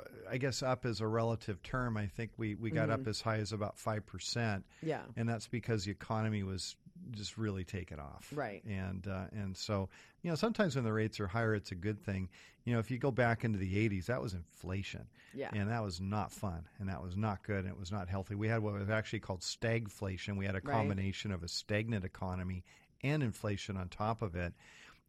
B: uh, I guess up is a relative term. I think we we got up as high as about five percent,
A: Yeah.
B: and that's because the economy was just really taking off,
A: Right.
B: And uh, and so you know, sometimes when the rates are higher, it's a good thing. You know, if you go back into the '80s, that was inflation,
A: Yeah.
B: and that was not fun, and that was not good, and it was not healthy. We had what was actually called stagflation. We had a
A: Right.
B: combination of a stagnant economy and inflation on top of it.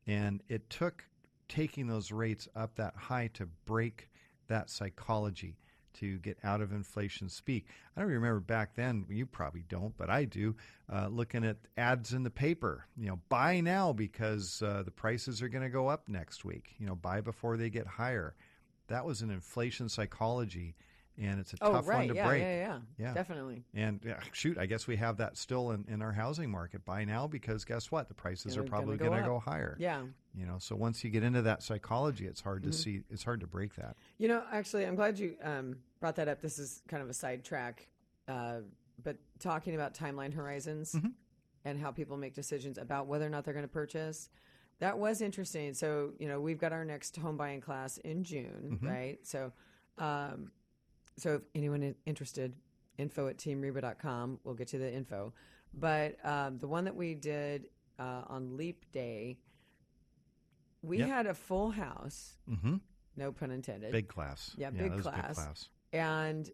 B: And it took taking those rates up that high to break that psychology to get out of inflation speak. I don't remember back then, you probably don't, but I do, uh, looking at ads in the paper. You know, buy now because uh, the prices are going to go up next week. You know, buy before they get higher. That was an inflation psychology, and it's a
A: Oh,
B: tough one
A: right.
B: to
A: Yeah,
B: break.
A: yeah. Yeah.
B: Yeah.
A: Definitely.
B: And yeah, shoot, I guess we have that still in, in our housing market by now because guess what? The prices
A: They're
B: are
A: gonna
B: probably
A: go
B: going
A: up.
B: to go higher.
A: Yeah. Mm-hmm.
B: You know, so once you get into that psychology, it's hard to see. It's hard to break that.
A: You know, actually, I'm glad you um, brought that up. This is kind of a sidetrack uh, but talking about timeline horizons and how people make decisions about whether or not they're going to purchase. That was interesting. So, you know, we've got our next home buying class in June, right? So, um, so if anyone is interested, info at teamreba.com. We'll get you the info. But um, the one that we did uh, on Leap Day, we
B: Yep.
A: had a full house,
B: Mm-hmm.
A: no pun intended.
B: Big class.
A: Yeah, big
B: that was a
A: class. And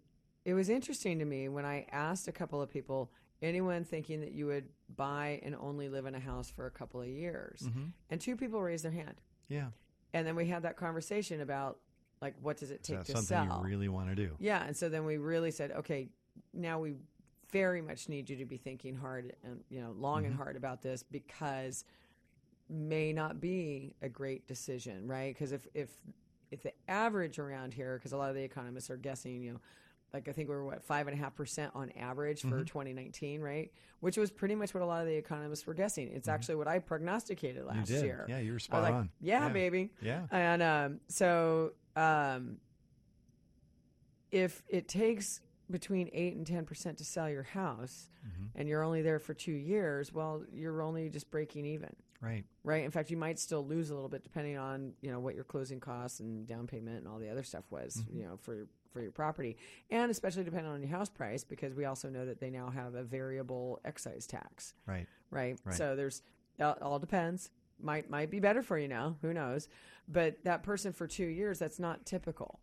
A: it was interesting to me when I asked a couple of people, anyone thinking that you would buy and only live in a house for a couple of years?
B: Mm-hmm.
A: And two people raised their hand.
B: Yeah.
A: And then we had that conversation about, like, what does it
B: Is
A: take
B: that
A: to
B: something
A: sell?
B: you really want to do?
A: Yeah, and so then we really said, okay, now we very much need you to be thinking hard and you know long
B: Mm-hmm.
A: and hard about this because may not be a great decision, right? Because if if if the average around here, because a lot of the economists are guessing, you know, like I think we were what five and a half percent on average
B: Mm-hmm.
A: for 2019, right? Which was pretty much what a lot of the economists were guessing. It's actually what I prognosticated
B: Mm-hmm. You
A: last
B: did.
A: year.
B: Yeah, you
A: I
B: were
A: was
B: spot
A: like,
B: on.
A: yeah, baby.
B: Yeah.
A: And um, so um, if it takes between 8 and 10% to sell your house
B: Mm-hmm.
A: and you're only there for two years, well, you're only just breaking even,
B: Right.
A: right? In fact, you might still lose a little bit depending on, you know, what your closing costs and down payment and all the other stuff was, you know, for your, for your property. And especially depending on your house price because we also know that they now have a variable excise tax
B: Right.
A: right?
B: Right.
A: So there's it all depends. Might might be better for you now. Who knows? But that person for two years, that's not typical.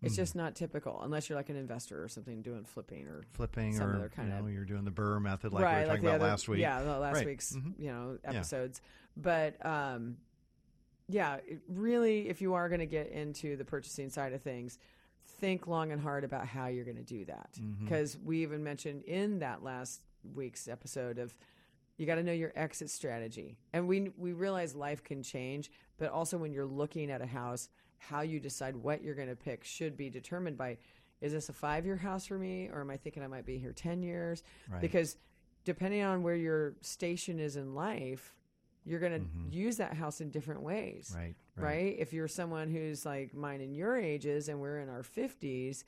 A: It's just not typical unless you're like an investor or something doing flipping or
B: Flipping
A: Some
B: or
A: other kind
B: you
A: of-
B: know, you're doing the Burr method like we were
A: right,
B: talking
A: like the
B: about
A: other,
B: last week.
A: Yeah, the last
B: Right. Mm-hmm.
A: week's you know
B: Yeah.
A: episodes. But um, yeah, it really, if you are going to get into the purchasing side of things, think long and hard about how you're going to do that.
B: Mm-hmm.
A: Because we even mentioned in that last week's episode of you got to know your exit strategy, and we we realize life can change, but also when you're looking at a house, how you decide what you're going to pick should be determined by. Is this a five year house for me, or am I thinking I might be here 10 years?
B: Right.
A: Because depending on where your station is in life, you're going to use that house in different ways.
B: Mm-hmm. Right,
A: right.
B: right.
A: If you're someone who's like mine and your ages and we're in our 50s,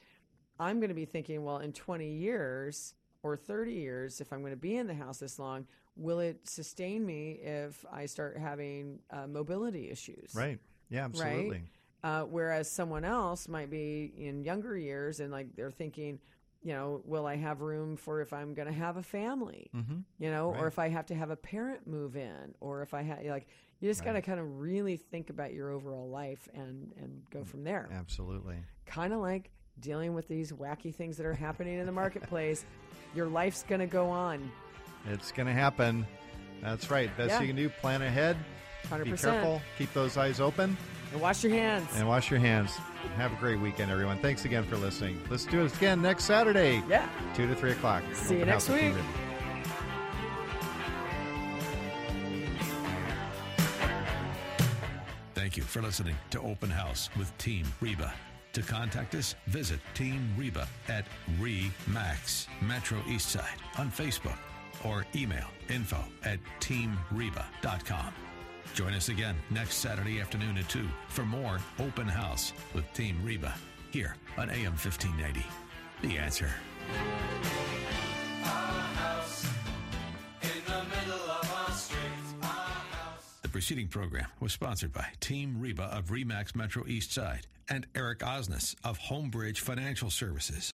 A: I'm going to be thinking, well, in 20 years or 30 years, if I'm going to be in the house this long, will it sustain me if I start having uh, mobility issues?
B: Right. Yeah, absolutely.
A: Uh, whereas someone else might be in younger years and like they're thinking, you know, will I have room for if I'm going to have a family,
B: Mm-hmm.
A: you know, or
B: Right.
A: if I have to have a parent move in, or if I have like you just got to kind of really think about your overall life and and
B: Mm,
A: go from there.
B: Absolutely.
A: Kind of like dealing with these wacky things that are happening in the marketplace. Your life's going to go on.
B: It's going to happen. That's right. Best
A: Yeah.
B: you can do. Plan ahead. Be
A: 100%.
B: careful. Keep those eyes open
A: And wash your hands.
B: and wash your hands. Have a great weekend, everyone. Thanks again for listening. Let's do it again next Saturday,
A: yeah.
B: 2 to 3 o'clock.
A: See you
B: Open
A: next
B: house at Team
A: week.
B: Ribbon.
C: Thank you for listening to Open House with Team Reba. To contact us, visit Team Reba at REMAX, Metro Eastside, on Facebook, or email info at teamreba.com. Join us again next Saturday afternoon at 2 for more Open House with Team Reba here on AM 1590. The answer. The preceding program was sponsored by Team Reba of REMAX Metro East Side and Eric Osnes of Homebridge Financial Services.